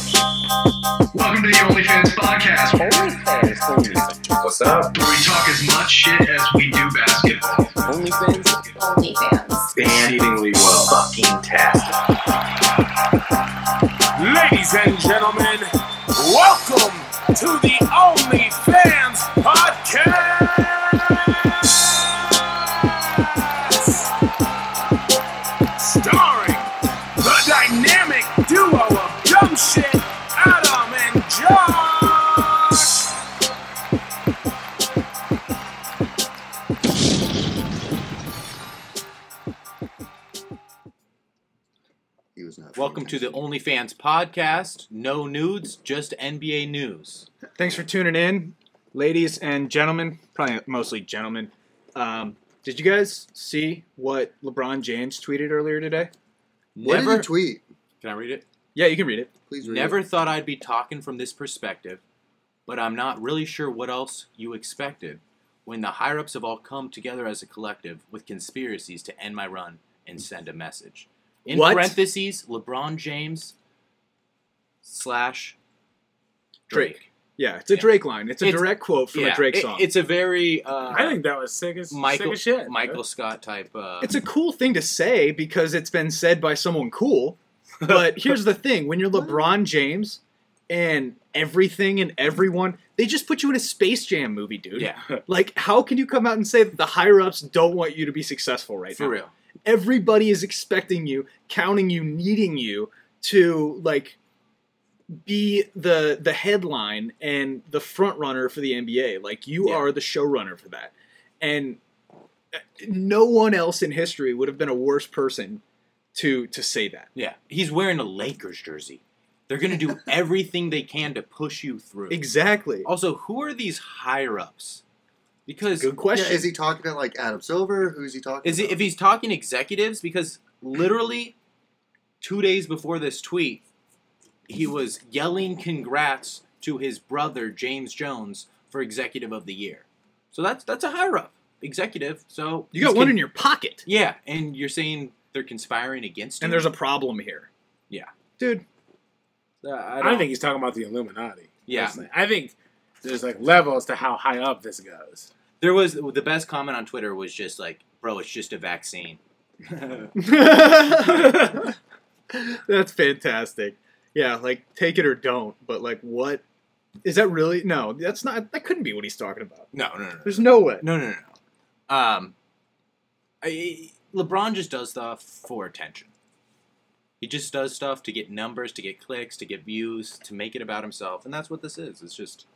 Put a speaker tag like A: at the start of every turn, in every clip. A: Welcome to the OnlyFans podcast, where
B: OnlyFans music. What's up?
A: we talk as much shit as we do basketball.
B: OnlyFans
C: OnlyFans.
B: exceedingly well. Fucking tastic.
D: Ladies and gentlemen, welcome to the OnlyFans podcast, starring the dynamic duo of dumb shit Adam and Josh.
E: He was not.
F: Welcome to the OnlyFans podcast. No nudes, just NBA news.
G: Thanks for tuning in, ladies and gentlemen. Probably mostly gentlemen. Um, did you guys see what LeBron James tweeted earlier today?
E: What did
F: Never-
E: you tweet?
F: Can I read it?
G: Yeah, you can read it.
E: Please read
F: Never
E: it.
F: thought I'd be talking from this perspective, but I'm not really sure what else you expected when the higher ups have all come together as a collective with conspiracies to end my run and send a message. In
G: What?
F: parentheses, LeBron James slash
G: Drake.
F: Drake.
G: Yeah, it's a
F: Yeah.
G: Drake line. It's a
F: It's-
G: direct quote from
F: Yeah,
G: a Drake
F: it-
G: song.
F: it's a very uh,
D: I think that was sick as, sick
F: Michael
D: as shit.
F: Michael Scott type. Uh,
G: It's a cool thing to say because it's been said by someone cool. But here's the thing when you're LeBron James and everything and everyone, they just put you in a Space Jam movie, dude.
F: yeah,
G: Like, how can you come out and say that the higher ups don't want you to be successful right
F: for
G: now?
F: real.
G: everybody is expecting you, counting you, needing you to like be the the headline and the front runner for the NBA. Like you
F: Yeah.
G: are the showrunner for that. And uh, no one else in history would have been a worse person to to say that.
F: Yeah, he's wearing a Lakers jersey. They're gonna do everything they can to push you through.
G: Exactly.
E: Oh,
F: Also, who are these higher ups? Because
G: Good
E: Yeah,
G: question.
E: is he talking to like Adam Silver? Who's he talking?
F: is
E: to?
F: it, if he's talking executives, because literally two days before this tweet, he was yelling congrats to his brother James Jones for executive of the year. So that's that's a higher up executive. So
G: you got one in your pocket.
F: yeah, and you're saying they're conspiring against him.
G: And there's a problem here.
F: Yeah.
G: Dude,
F: Uh, I
D: I
F: don't,
D: don't think he's talking about the Illuminati.
F: Yeah.
D: personally. I think there's like levels to how high up this goes.
F: There was the best comment on Twitter was just like, "Bro, it's just a vaccine."
G: That's fantastic. Yeah, like take it or don't, but like what is that really no, that's not that couldn't be what he's talking about.
F: No, no, no,
G: There's no way.
F: no, no, no. no. Um, I, LeBron just does stuff for attention. He just does stuff to get numbers, to get clicks, to get views, to make it about himself, and that's what this is. It's just,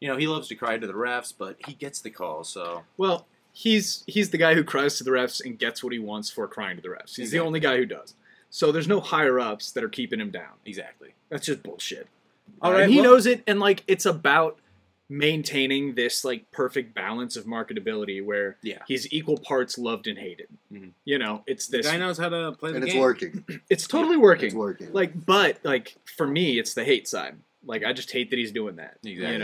F: you know, he loves to cry to the refs, but he gets the call. So
G: Well, he's he's the guy who cries to the refs and gets what he wants for crying to the refs. He's
F: Exactly.
G: the only guy who does. So there's no higher ups that are keeping him down.
F: exactly.
G: That's just bullshit. Uh,
F: All right,
G: and he
F: well-
G: knows it, and like it's about maintaining this like perfect balance of marketability where
F: Yeah.
G: he's equal parts loved and hated.
F: Mhm.
G: You know, it's this.
D: Guy knows how to play the
E: And it's
D: game.
E: working.
G: It's totally working.
E: It's working.
G: Like, but like for me, it's the hate side. Like, I just hate that he's doing that.
F: Exactly.
G: You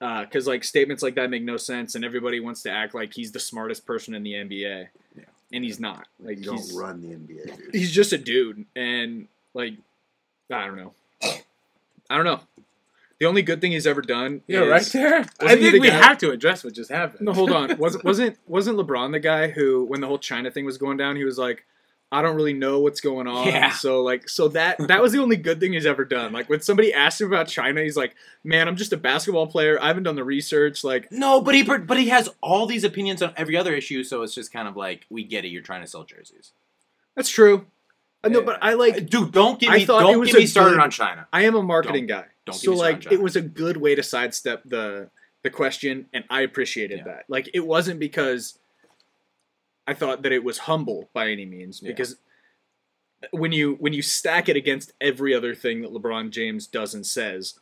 G: know, because like statements like that make no sense, and everybody wants to act like he's the smartest person in the NBA.
F: Yeah.
G: And he's not. Like,
E: you don't
G: he's,
E: run the NBA, dude.
G: He's just a dude, and like, I don't know. I don't know. The only good thing he's ever done.
D: Yeah,
G: is,
D: right there. I
G: Wasn't he
D: think
G: the
D: we
G: guy-
D: have to address what just happened.
G: No, hold on. Wasn't wasn't wasn't LeBron the guy who, when the whole China thing was going down, he was like, "I don't really know what's going on."
F: Yeah.
G: So like, so that that was the only good thing he's ever done. Like when somebody asked him about China, he's like, "Man, I'm just a basketball player. I haven't done the research." Like,
F: No, but he but he has all these opinions on every other issue, so it's just kind of like we get it. You're trying to sell jerseys.
G: that's true. Uh, No, but I like.
F: Dude, don't get
G: I
F: me
G: thought it
F: don't
G: was
F: get me
G: a
F: started
G: good-
F: on China.
G: I am a marketing guy,
F: don't get
G: so
F: me started on
G: like,
F: China.
G: it was a good way to sidestep the the question, and I appreciated
F: Yeah.
G: that. Like, it wasn't because I thought that it was humble by any means,
F: Yeah.
G: because when you when you stack it against every other thing that LeBron James does and says,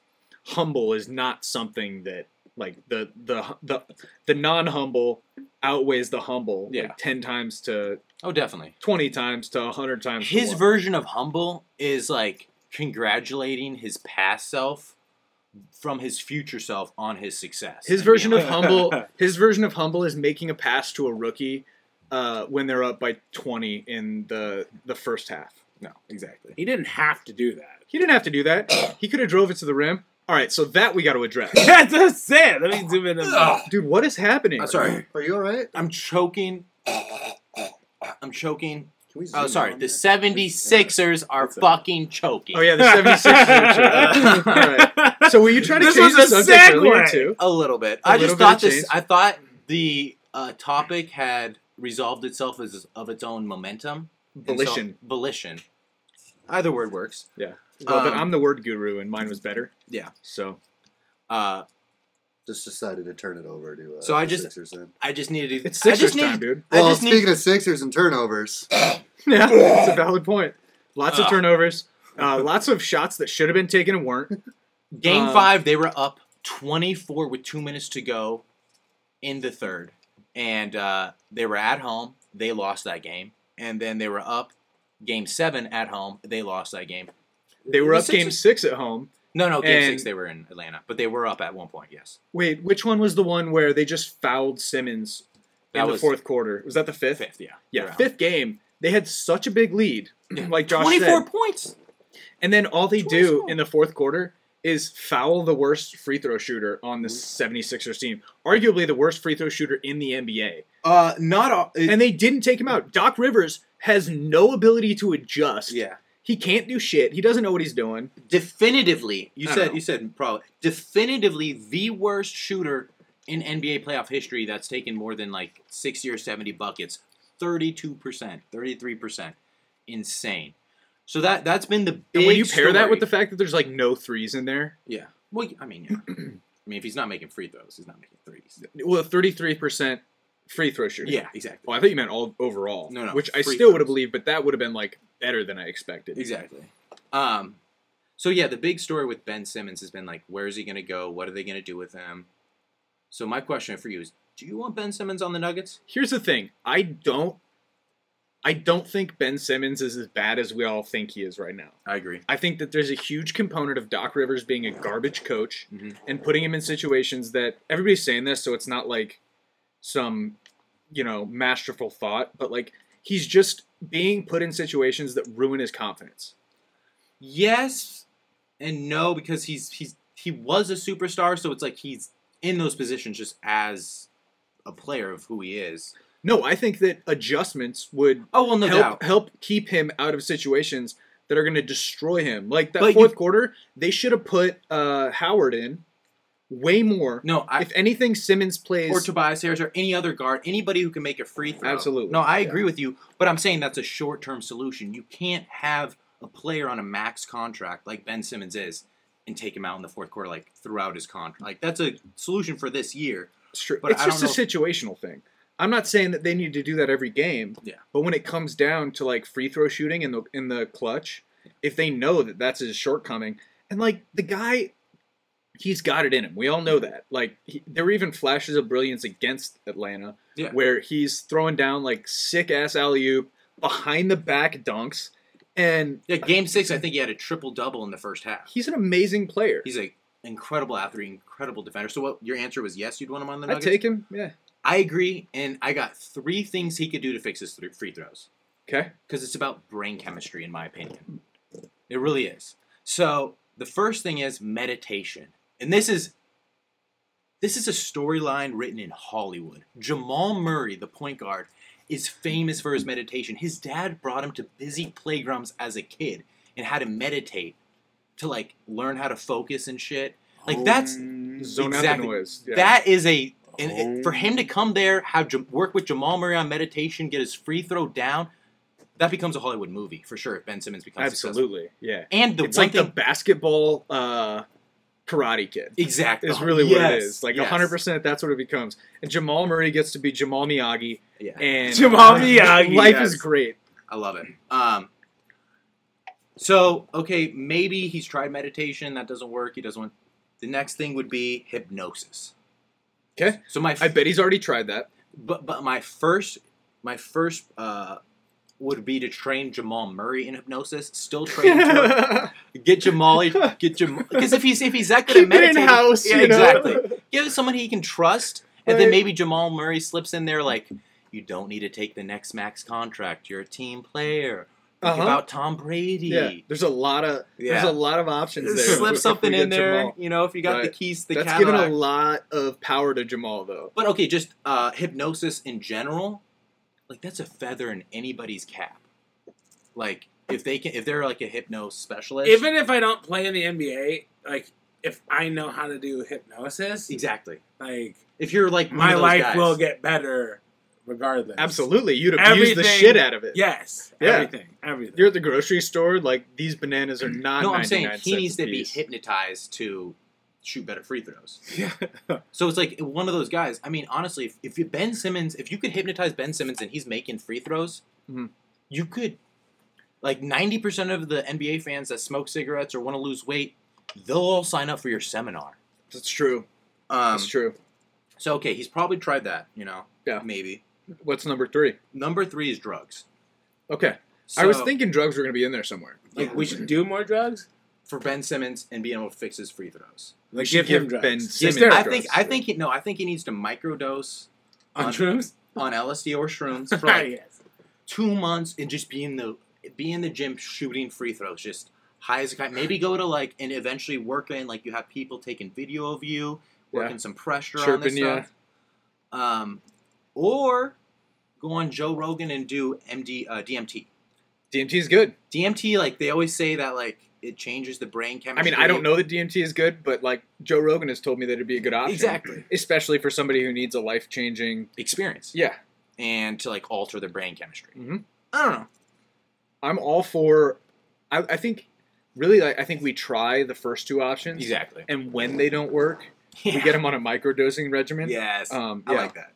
G: humble is not something that like the the the the non humble outweighs the humble
F: Yeah.
G: like ten times to
F: Oh, definitely.
G: twenty times to hundred times. to
F: His
G: one.
F: version of humble is like congratulating his past self from his future self on his success.
G: His
F: And being
G: version
F: like,
G: of humble. His version of humble is making a pass to a rookie uh, when they're up by twenty in the the first half.
F: No, exactly.
D: He didn't have to do that.
G: He didn't have to do that. He could have drove it to the rim. All right, so that we got to address.
D: That's that's it. Let me zoom in. on
G: Dude, what is happening?
F: I'm sorry.
E: Are you all right?
F: I'm choking. I'm choking.
E: Can we zoom
F: Oh, sorry.
E: in on
F: The
E: that?
F: 76ers are fucking choking.
G: Oh yeah, the 76ers. All right.
D: that.
G: So were you trying to
D: This
G: change
D: was a
G: the subject earlier
D: segue.
G: too?
F: A little bit.
G: A
F: I
G: little
F: just
G: bit of
F: thought this.
G: change.
F: I thought the uh, topic had resolved itself as of its own momentum. and so-
G: Volition.
F: volition. Either word works.
G: Well, Oh, but
F: Um,
G: I'm the word guru, and mine was better.
F: Yeah.
G: So
F: Uh,
E: Just decided to turn it over to. Uh,
F: So I
E: the
F: just-
E: Sixers then.
F: I just needed.
G: it's
F: I
G: Sixers
F: just needed.
G: time, dude.
F: I
E: Well,
F: just need-
E: speaking of Sixers and turnovers,
G: Yeah, it's a valid point. Lots of
F: Ugh.
G: turnovers. Uh, lots of shots that should have been taken and weren't.
F: Game
G: Uh,
F: five, they were up 24 with two minutes to go in the third. And uh, they were at home. They lost that game. And then they were up game seven at home. They lost that game.
G: They were
F: The
G: up game
F: Sixers-
G: six at home.
F: No, no, game six,
G: and-
F: they were in Atlanta. But they were up at one point, yes.
G: Wait, which one was the one where they just fouled Simmons
F: That
G: in the
F: was-
G: fourth quarter? Was that the fifth?
F: Fifth, yeah.
G: Yeah,
F: Around.
G: fifth game. They had such a big lead, like Josh
F: 24
G: said.
F: points.
G: And then all they do in the fourth quarter is foul the worst free throw shooter on the 76ers team, arguably the worst free throw shooter in the NBA.
F: Uh, not all.
G: And they didn't take him out. Doc Rivers has no ability to adjust.
F: yeah.
G: He can't do shit. He doesn't know what he's doing.
F: Definitively, you
G: I
F: said
G: don't know.
F: you said probably definitively the worst shooter in NBA playoff history that's taken more than like 60 or 70 buckets. 32%, 33%. Insane. So that that's been the big
G: And when you pair that with the
F: story.
G: fact that there's like no threes in there,
F: Yeah. Well, I mean, yeah. I mean, if he's not making free throws, he's not making threes.
G: well, 33% free throw shooting.
F: Yeah, exactly.
G: Oh, I thought you meant all overall.
F: No, no,
G: Which I
F: free
G: still would have
F: throws.
G: believed, but that would have been like better than I expected.
F: Exactly. Um, so yeah, the big story with Ben Simmons has been like, where is he going to go? What are they going to do with him? So my question for you is, do you want Ben Simmons on the Nuggets?
G: here's the thing i don't i don't think ben simmons is as bad as we all think he is right now
F: I agree.
G: i think that there's a huge component of doc rivers being a garbage coach
F: Mhm.
G: and putting him in situations that everybody's saying this so it's not like some you know masterful thought but like he's just being put in situations that ruin his confidence
F: Yes and no because he's he's he was a superstar, so it's like he's in those positions just as a player of who he is.
G: no i think that adjustments would
F: Oh well, no
G: help,
F: doubt.
G: help keep him out of situations that are going to destroy him. Like that
F: But you-
G: fourth quarter, they should have put uh, Howard in way more.
F: No, I
G: if anything, Simmons plays.
F: or Tobias Harris or any other guard, anybody who can make a free throw.
G: Absolutely.
F: No, I
G: Yeah.
F: agree with you, but I'm saying that's a short term solution. You can't have a player on a max contract like Ben Simmons is and take him out in the fourth quarter like throughout his contract. Like that's a solution for this year.
G: it's true.
F: but
G: it's
F: I don't
G: just a situational thing. I'm not saying that they need to do that every game.
F: Yeah.
G: But when it comes down to like free throw shooting in the in the clutch, if they know that that's his shortcoming, and like the guy, he's got it in him. We all know that. Like he, there were even flashes of brilliance against Atlanta.
F: Yeah.
G: where he's throwing down like sick ass alley oop behind the back dunks, and
F: Yeah, game six, I think he had a triple double in the first half.
G: he's an amazing player.
F: He's a incredible athlete, incredible defender. So what your answer was yes, you'd want him on the
G: I
F: Nuggets?
G: take him. Yeah.
F: I agree, and I got three things he could do to fix his th- free throws.
G: Okay.
F: because it's about brain chemistry, in my opinion. It really is. So the first thing is meditation, and this is this is a storyline written in Hollywood. Jamal Murray, the point guard, is famous for his meditation. His dad brought him to busy playgrounds as a kid and had him meditate to like learn how to focus and shit. Like that's
G: zone out the
F: exactly.
G: noise. Yeah. Oh.
F: that is a and it- for him to come there, have Jam- work with Jamal Murray on meditation, get his free throw down. That becomes a Hollywood movie for sure if Ben Simmons becomes successful.
G: absolutely. Yeah.
F: And the
G: it's
F: one
G: like
F: thing
G: the basketball uh, karate kid.
F: exactly
G: Is really what it
F: Oh, Yes,
G: is. Like
F: yes.
G: hundred percent, that's what it becomes. And Jamal Murray gets to be Jamal Miyagi,
F: Yeah,
G: and uh,
D: Jamal Miyagi,
G: Life
D: yes.
G: is great.
F: I love it. Um, so okay, maybe he's tried meditation that doesn't work. He doesn't want. The next thing would be hypnosis.
G: Okay.
F: So my
G: I bet he's already tried that.
F: but but my first my first uh would be to train Jamal Murray in hypnosis. Still train him to it. get Jamal get Jamal because if he's if he's that good
G: Keep
F: at
G: it in
F: meditating,
G: house.
F: yeah,
G: you know?
F: exactly. Give it someone he can trust, and then
G: Right.
F: maybe Jamal Murray slips in there like, you don't need to take the next max contract. You're a team player. Think
G: Uh-huh.
F: about Tom Brady.
G: Yeah, there's a lot of
F: Yeah.
G: there's a lot of options there.
F: Slip
G: if
F: something
G: we get
F: in there,
G: Jamal.
F: you know, if you got the
G: Right.
F: keys, to the
G: That's
F: Cadillac.
G: given a lot of power to Jamal though.
F: But okay, just uh, hypnosis in general, like that's a feather in anybody's cap. Like if they can, if they're like a hypno specialist,
D: Even if I don't play in the NBA, like if I know how to do hypnosis,
F: exactly.
D: like
F: If you're like one
D: my
F: of those
D: life
F: guys.
D: will get better regardless.
G: Absolutely, you'd abuse the
D: Everything-
G: shit out of it.
D: Yes.
G: Yeah.
D: Everything. Everything.
G: You're at the grocery store, like these bananas are not.
F: No, I'm saying
G: 99
F: he
G: cents
F: needs
G: a
F: to be
G: piece.
F: hypnotized to shoot better free throws.
D: Yeah.
F: So it's like one of those guys. I mean, honestly, if, if you Ben Simmons, if you could hypnotize Ben Simmons and he's making free throws,
G: Mhm.
F: you could like ninety percent of the NBA fans that smoke cigarettes or want to lose weight, they'll all sign up for your seminar.
G: That's true.
F: Um,
G: That's true.
F: So okay, he's probably tried that. You know,
G: Yeah.
F: maybe
G: What's number three?
F: number three is drugs.
G: Okay, I was
F: So,
G: thinking drugs were going to be in there somewhere.
D: Like we should do more drugs.
F: for Ben Simmons and being able to fix his free throws.
D: Like
G: should
D: give him
G: give
D: drugs.
G: Ben
D: Just
G: Simmons
D: steroids.
F: I
G: drugs.
F: think I think he, no, I think he needs to microdose
D: on shrooms.
F: on LSD or shrooms for like
D: yes.
F: two months and just be in the be in the gym shooting free throws, just high as a kite. Maybe go to like and eventually work in like you have people taking video of you, working some pressure on this
G: Chirping ya.
F: stuff. Um, or go on Joe Rogan and do MD uh, DMT.
G: DMT is good.
F: DMT, like they always say that like it changes the brain
G: I
F: chemistry.
G: mean, I don't know that DMT is good, but like Joe Rogan has told me that it'd be a good option,
F: exactly
G: especially for somebody who needs a life changing.
F: experience
G: Yeah,
F: and to like alter their brain chemistry.
G: Mhm.
F: I don't know.
G: I'm all for. I, I think really, like, I think we try the first two options,
F: Exactly.
G: and when they don't work, we get them on a microdosing regimen.
F: yes.
G: Um,
F: I
G: yeah.
F: like that.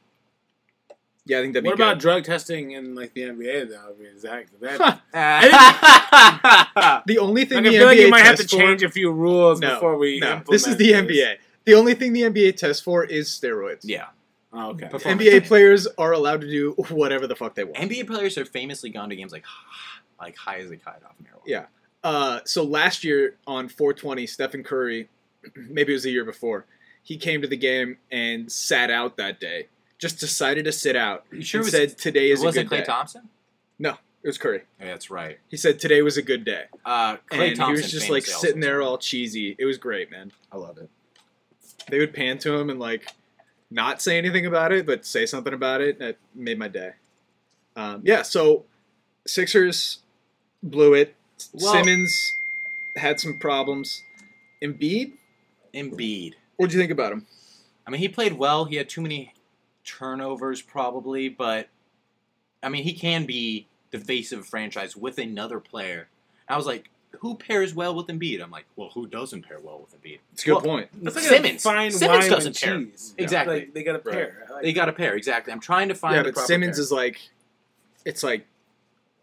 G: yeah, I think that'd
D: What
G: be
D: about
G: good.
D: drug testing in like the NBA though? I mean, exactly. That,
G: Huh. The only thing
D: Like,
G: the
D: I feel like
G: NBA
D: you might have to
G: tests for-
D: change a few rules
G: No,
D: before we.
G: No,
D: implement
G: this is the NBA. The only thing the NBA tests for is steroids.
F: yeah.
D: Oh, okay.
F: Before-
G: NBA players are allowed to do whatever the fuck they want.
F: NBA players have famously gone to games like like high as a kite off marijuana.
G: Yeah. Uh, so last year on 420, Stephen Curry, maybe it was the year before, he came to the game and sat out that day. Just decided to sit out.
F: You sure it
G: and
F: was-
G: said today is
F: It
G: a
F: wasn't
G: good
F: Clay
G: day.
F: Thompson?
G: It was Curry.
F: Yeah, that's right.
G: He said today was a good day,
F: Uh, Clay
G: and
F: Thompson
G: he was just like
F: famously also
G: sitting there
F: was-
G: all cheesy. It was great, man.
F: I love it.
G: They would pan to him and like not say anything about it, but say something about it. That made my day. Um, yeah. So Sixers blew it.
F: Well-
G: Simmons had some problems. Embiid,
F: Embiid.
G: what do you think about him?
F: I mean, he played well. He had too many turnovers, probably, but I mean, he can be the face of a franchise with another player. I was like, who pairs well with Embiid? I'm like, well, who doesn't pair well with Embiid?
G: It's a good
F: Well,
G: point.
D: That's like
F: Simmons.
D: A fine
F: Simmons
D: wine
F: doesn't
D: and
F: care.
D: cheese.
F: Exactly.
D: Like, they got a
G: Right.
D: pair. I like
F: They got a pair, exactly. I'm trying to find.
G: yeah,
F: the
G: but
F: proper
G: Simmons
F: pair.
G: is like, it's like,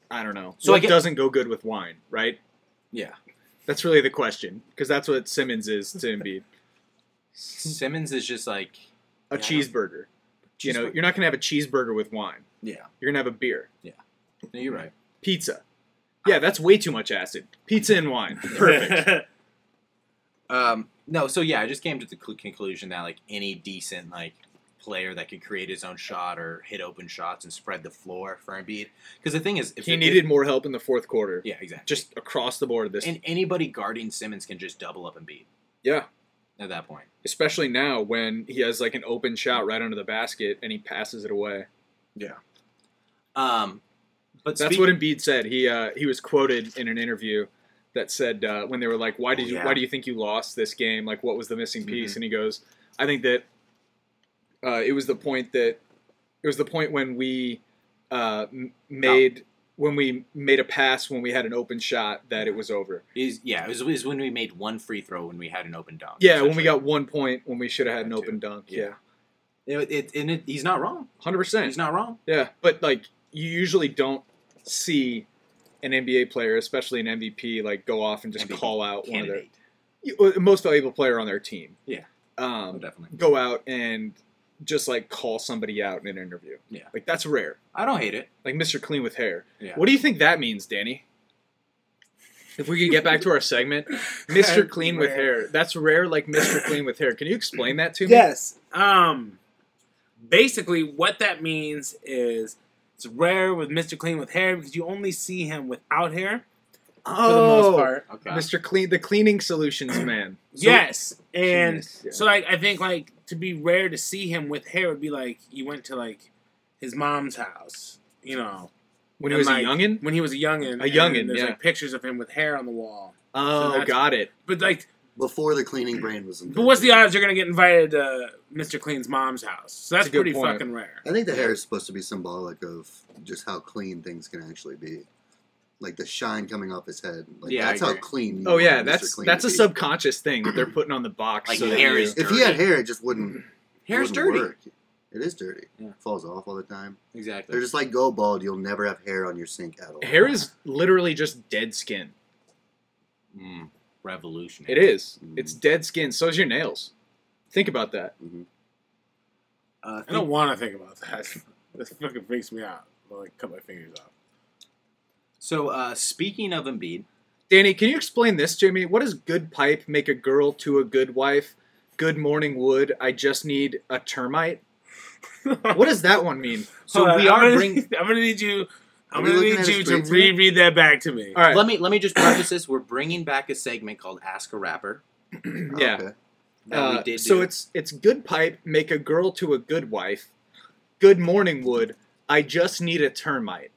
G: I don't know.
F: So
G: So
F: I
G: what
F: get-
G: doesn't go good with wine, right?
F: Yeah.
G: That's really the question, because that's what Simmons is to Embiid.
F: Simmons is just like
G: A
F: Yeah.
G: cheeseburger. You know,
F: Cheeseburger.
G: you're not gonna have a cheeseburger with wine.
F: Yeah.
G: You're gonna have a beer,
F: No, you're right.
G: pizza. Yeah, that's way too much acid. Pizza and wine, perfect.
F: Um, no, so yeah, I just came to the cl- conclusion that like any decent like player that could create his own shot or hit open shots and spread the floor for Embiid, because the thing is, if
G: he
F: if-
G: needed more help in the fourth quarter,
F: yeah, exactly.
G: just across the board. This,
F: And anybody guarding Simmons can just double up Embiid
G: yeah,
F: at that point.
G: especially now when he has like an open shot right under the basket and he passes it away.
F: Um, but
G: That's
F: speak-
G: what Embiid said. He uh, he was quoted in an interview that said uh, when they were like, "Why did you
F: Yeah.
G: Why do you think you lost this game? Like, what was the missing piece?" And he goes, "I think that uh, it was the point that it was the point when we uh, m- made when we made a pass when we had an open shot that it was over.
F: is yeah, it was, it was when we made one free throw when we had an open dunk.
G: Yeah, when we
F: essentially.
G: got one point when we should have had an
F: Yeah,
G: open dunk.
F: Yeah.
G: Yeah,
F: it, it, and it, he's not wrong.
G: hundred percent.
F: He's not wrong.
G: Yeah, but like you usually don't see an NBA player, especially an MVP, like go off and just
F: MVP
G: call out one of their
F: Candidate,
G: you- uh, most valuable player on their team.
F: Yeah. oh,
G: Um,
F: definitely.
G: go out and just like call somebody out in an interview.
F: Yeah.
G: Like that's rare.
F: I don't hate it.
G: Like Mr. Clean with hair.
F: Yeah.
G: What do you think that means, Danny? If we could get back to our segment, Mr. Clean with hair. That's rare, like Mr. Clean with hair. Can you explain that to me?
D: Yes. Um. Basically, what that means is It's rare with Mr. Clean with hair because you only see him without hair for
G: Oh,
D: the most part.
F: Okay.
G: Mr. Clean, the cleaning solutions man.
D: yes, and
F: Genius, yeah.
D: so like I think like to be rare to see him with hair would be like you went to like his mom's house, you know,
G: When he
D: And,
G: was
D: like,
G: a youngin.
D: when he was a youngin.
G: A youngin,
D: and there's
G: yeah.
D: like pictures of him with hair on the wall.
G: Oh,
D: that's-
G: got it.
D: But like,
E: Before the cleaning brain was invented.
D: but what's the odds you're gonna get invited to Mr. Clean's mom's house? So that's
G: That's a good
D: pretty
G: point.
D: fucking rare.
E: I think the hair is supposed to be symbolic of just how clean things can actually be. Like the shine coming off his head. Like
F: Yeah, I
E: that's how
F: agree.
E: clean. you
G: Oh yeah,
E: want Mr.
G: that's
E: Clean
G: that's
E: to
G: a
E: be.
G: subconscious thing that they're putting on the box.
F: Like
G: so that
F: hair
G: you-
F: is
E: If he had hair, it just wouldn't.
F: Hair's
E: wouldn't
F: dirty.
E: work. It is dirty.
F: Yeah.
E: Falls off all the time.
F: Exactly.
E: They're just like go bald. You'll never have hair on your sink at all.
G: hair is literally just dead skin.
F: mm, revolutionary.
G: It is.
E: Mm.
G: It's dead skin. So is your nails. Think about that.
F: Uh,
D: I don't want to think about that. This fucking freaks me out. I'll like cut my fingers off.
F: so uh, speaking of Embiid,
G: Danny, can you explain this to me? What does good pipe make a girl to a good wife? Good morning wood. I just need a termite. What does that one mean?
F: so
D: Hold on,
F: we
D: I'm
F: are
D: gonna,
F: bringing.
D: I'm gonna need you. I'm
E: Are we
D: gonna
E: looking
D: need
E: at
D: you
E: his
D: to
E: tweets here?
D: reread that back to me.
G: All right.
F: Let me let me just preface this. We're bringing back a segment called Ask a Rapper
E: Oh,
G: yeah.
E: okay.
F: that we
G: Uh,
F: did.
G: so
F: do.
G: it's it's good pipe make a girl to a good wife. Good morning wood. I just need a termite.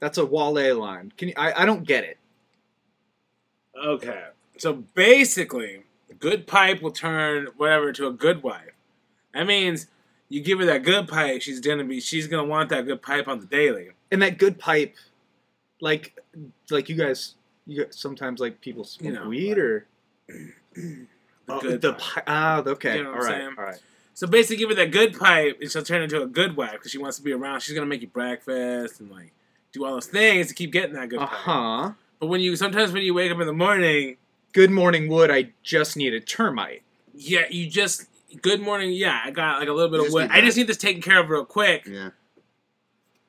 G: That's a Wale line. Can you, I? I don't get it.
D: Okay. So basically, a good pipe will turn whatever to a good wife. That means you give her that good pipe, she's gonna be she's gonna want that good pipe on the daily.
G: And that good pipe, like like you guys, you guys, sometimes like people smoke
D: know,
G: weed
D: like-
G: or
D: The
G: Oh,
D: good
G: the
D: pipe.
G: pi- ah okay
D: You know
G: all
D: what
G: right
D: I'm saying?
G: all right.
D: So basically, give her that good pipe, and she'll turn into a good wife because she wants to be around. She's gonna make you breakfast and like do all those things to keep getting that good
G: Uh
D: pipe.
G: huh.
D: But when you sometimes when you wake up in the morning,
G: Good morning, Wood. I just need a termite.
D: yeah, you just good morning. Yeah, I got like a little bit
E: You
D: of
E: just
D: wood.
E: need
D: I just
E: that.
D: need this taken care of real quick.
E: Yeah.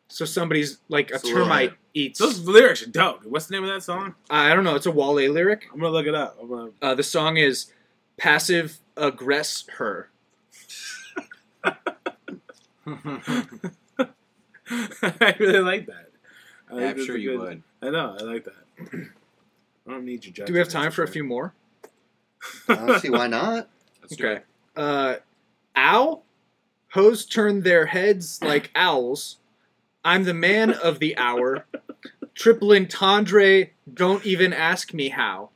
G: So somebody's like a
E: It's a little
G: termite
E: higher.
G: eats.
D: Those lyrics are dope. What's the name of that song?
G: I don't know. It's a Wale lyric.
D: I'm gonna look it up. I'm gonna
G: Uh, the song is passive aggress her.
D: I really like that. I
F: I'm
D: think that's
F: sure
D: a
F: you
D: good-
F: would.
D: I know. I like that. I don't need your judgment.
G: Do we have time for a few more?
E: I don't see why not.
F: Let's do it.
G: Uh, ow. Hoes turn their heads like owls. I'm the man of the hour. Triple entendre. Don't even ask me how.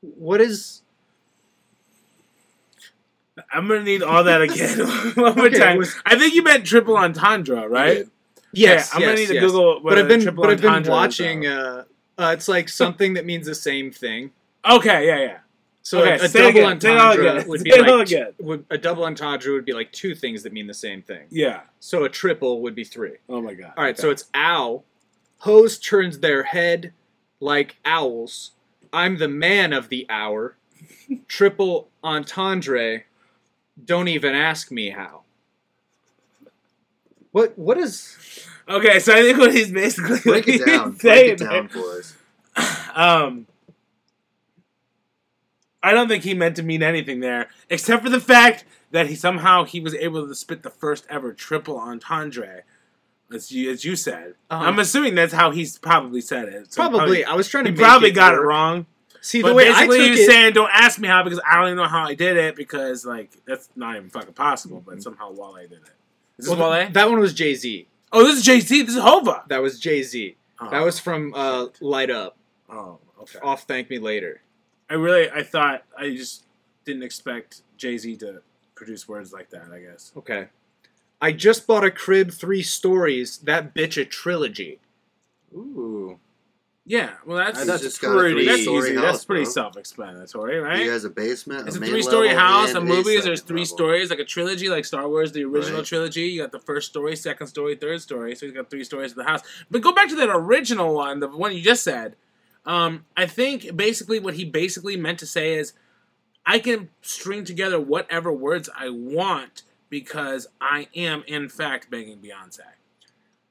G: What is?
D: I'm gonna need all that again one more
G: Okay,
D: time.
G: was-
D: I think you meant triple entendre, right?
G: Yes,
D: Yeah, I'm
G: yes,
D: gonna need
G: yes.
D: to Google. What
G: but I've
D: a
G: been
D: triple
G: but I've been
D: entendre is
G: watching.
D: about.
G: Uh, uh, it's like something that means the same thing.
D: okay, yeah, yeah.
G: So
D: Okay,
G: a, a
D: say it
G: double
D: again, say it all
G: entendre
D: again,
G: would be
D: say it all
G: like t-
D: again.
G: would, a double entendre would be like two things that mean the same thing.
D: Yeah.
G: So a triple would be three.
D: Oh my god.
G: All right, so it's ow. Hose turns their head like owls. I'm the man of the hour. triple entendre. Don't even ask me how. What what is
D: Okay, so I think what he's basically
E: Break it down. Break
D: saying
E: it down for us.
D: Um, I don't think he meant to mean anything there, except for the fact that he somehow he was able to spit the first ever triple entendre, as you as you said.
G: Uh-huh.
D: I'm assuming that's how he's probably said it. so he
G: probably? I was trying to.
D: He
G: make
D: probably got it
G: work.
D: wrong.
G: See the
D: but
G: way I took
D: basically, he was
G: it.
D: saying, "Don't ask me how because I don't even know how I did it because like that's not even fucking possible."
G: Mm-hmm.
D: But somehow Wale did it. Is this
G: Well,
D: Wale?
G: That one was Jay Z.
D: oh, this is Jay Z. This is Hova.
G: That was Jay Z.
D: Oh,
G: That was from uh, Light Up
D: oh okay.
G: off Thank Me Later.
D: I really, I thought, I just didn't expect Jay Z to produce words like that. I guess.
G: Okay. I just bought a crib three stories. That bitch a trilogy.
F: Ooh.
D: Yeah, well, that's
E: He's
D: that's,
E: just got a
D: pretty that's
E: three-story
D: easy.
E: house,
D: that's pretty
E: bro.
D: self-explanatory,
E: He
D: right?
E: has a basement.
D: It's
E: a
D: a
E: main
D: three-story
E: level,
D: house.
E: and
D: A movie. There's
E: second
D: three
E: level.
D: stories, like a trilogy, like Star Wars, the original
E: Right.
D: trilogy. You got the first story, second story, third story. So you got three stories of the house. But go back to that original one, the one you just said. Um, I think basically what he basically meant to say is, I can string together whatever words I want because I am in fact banging Beyonce.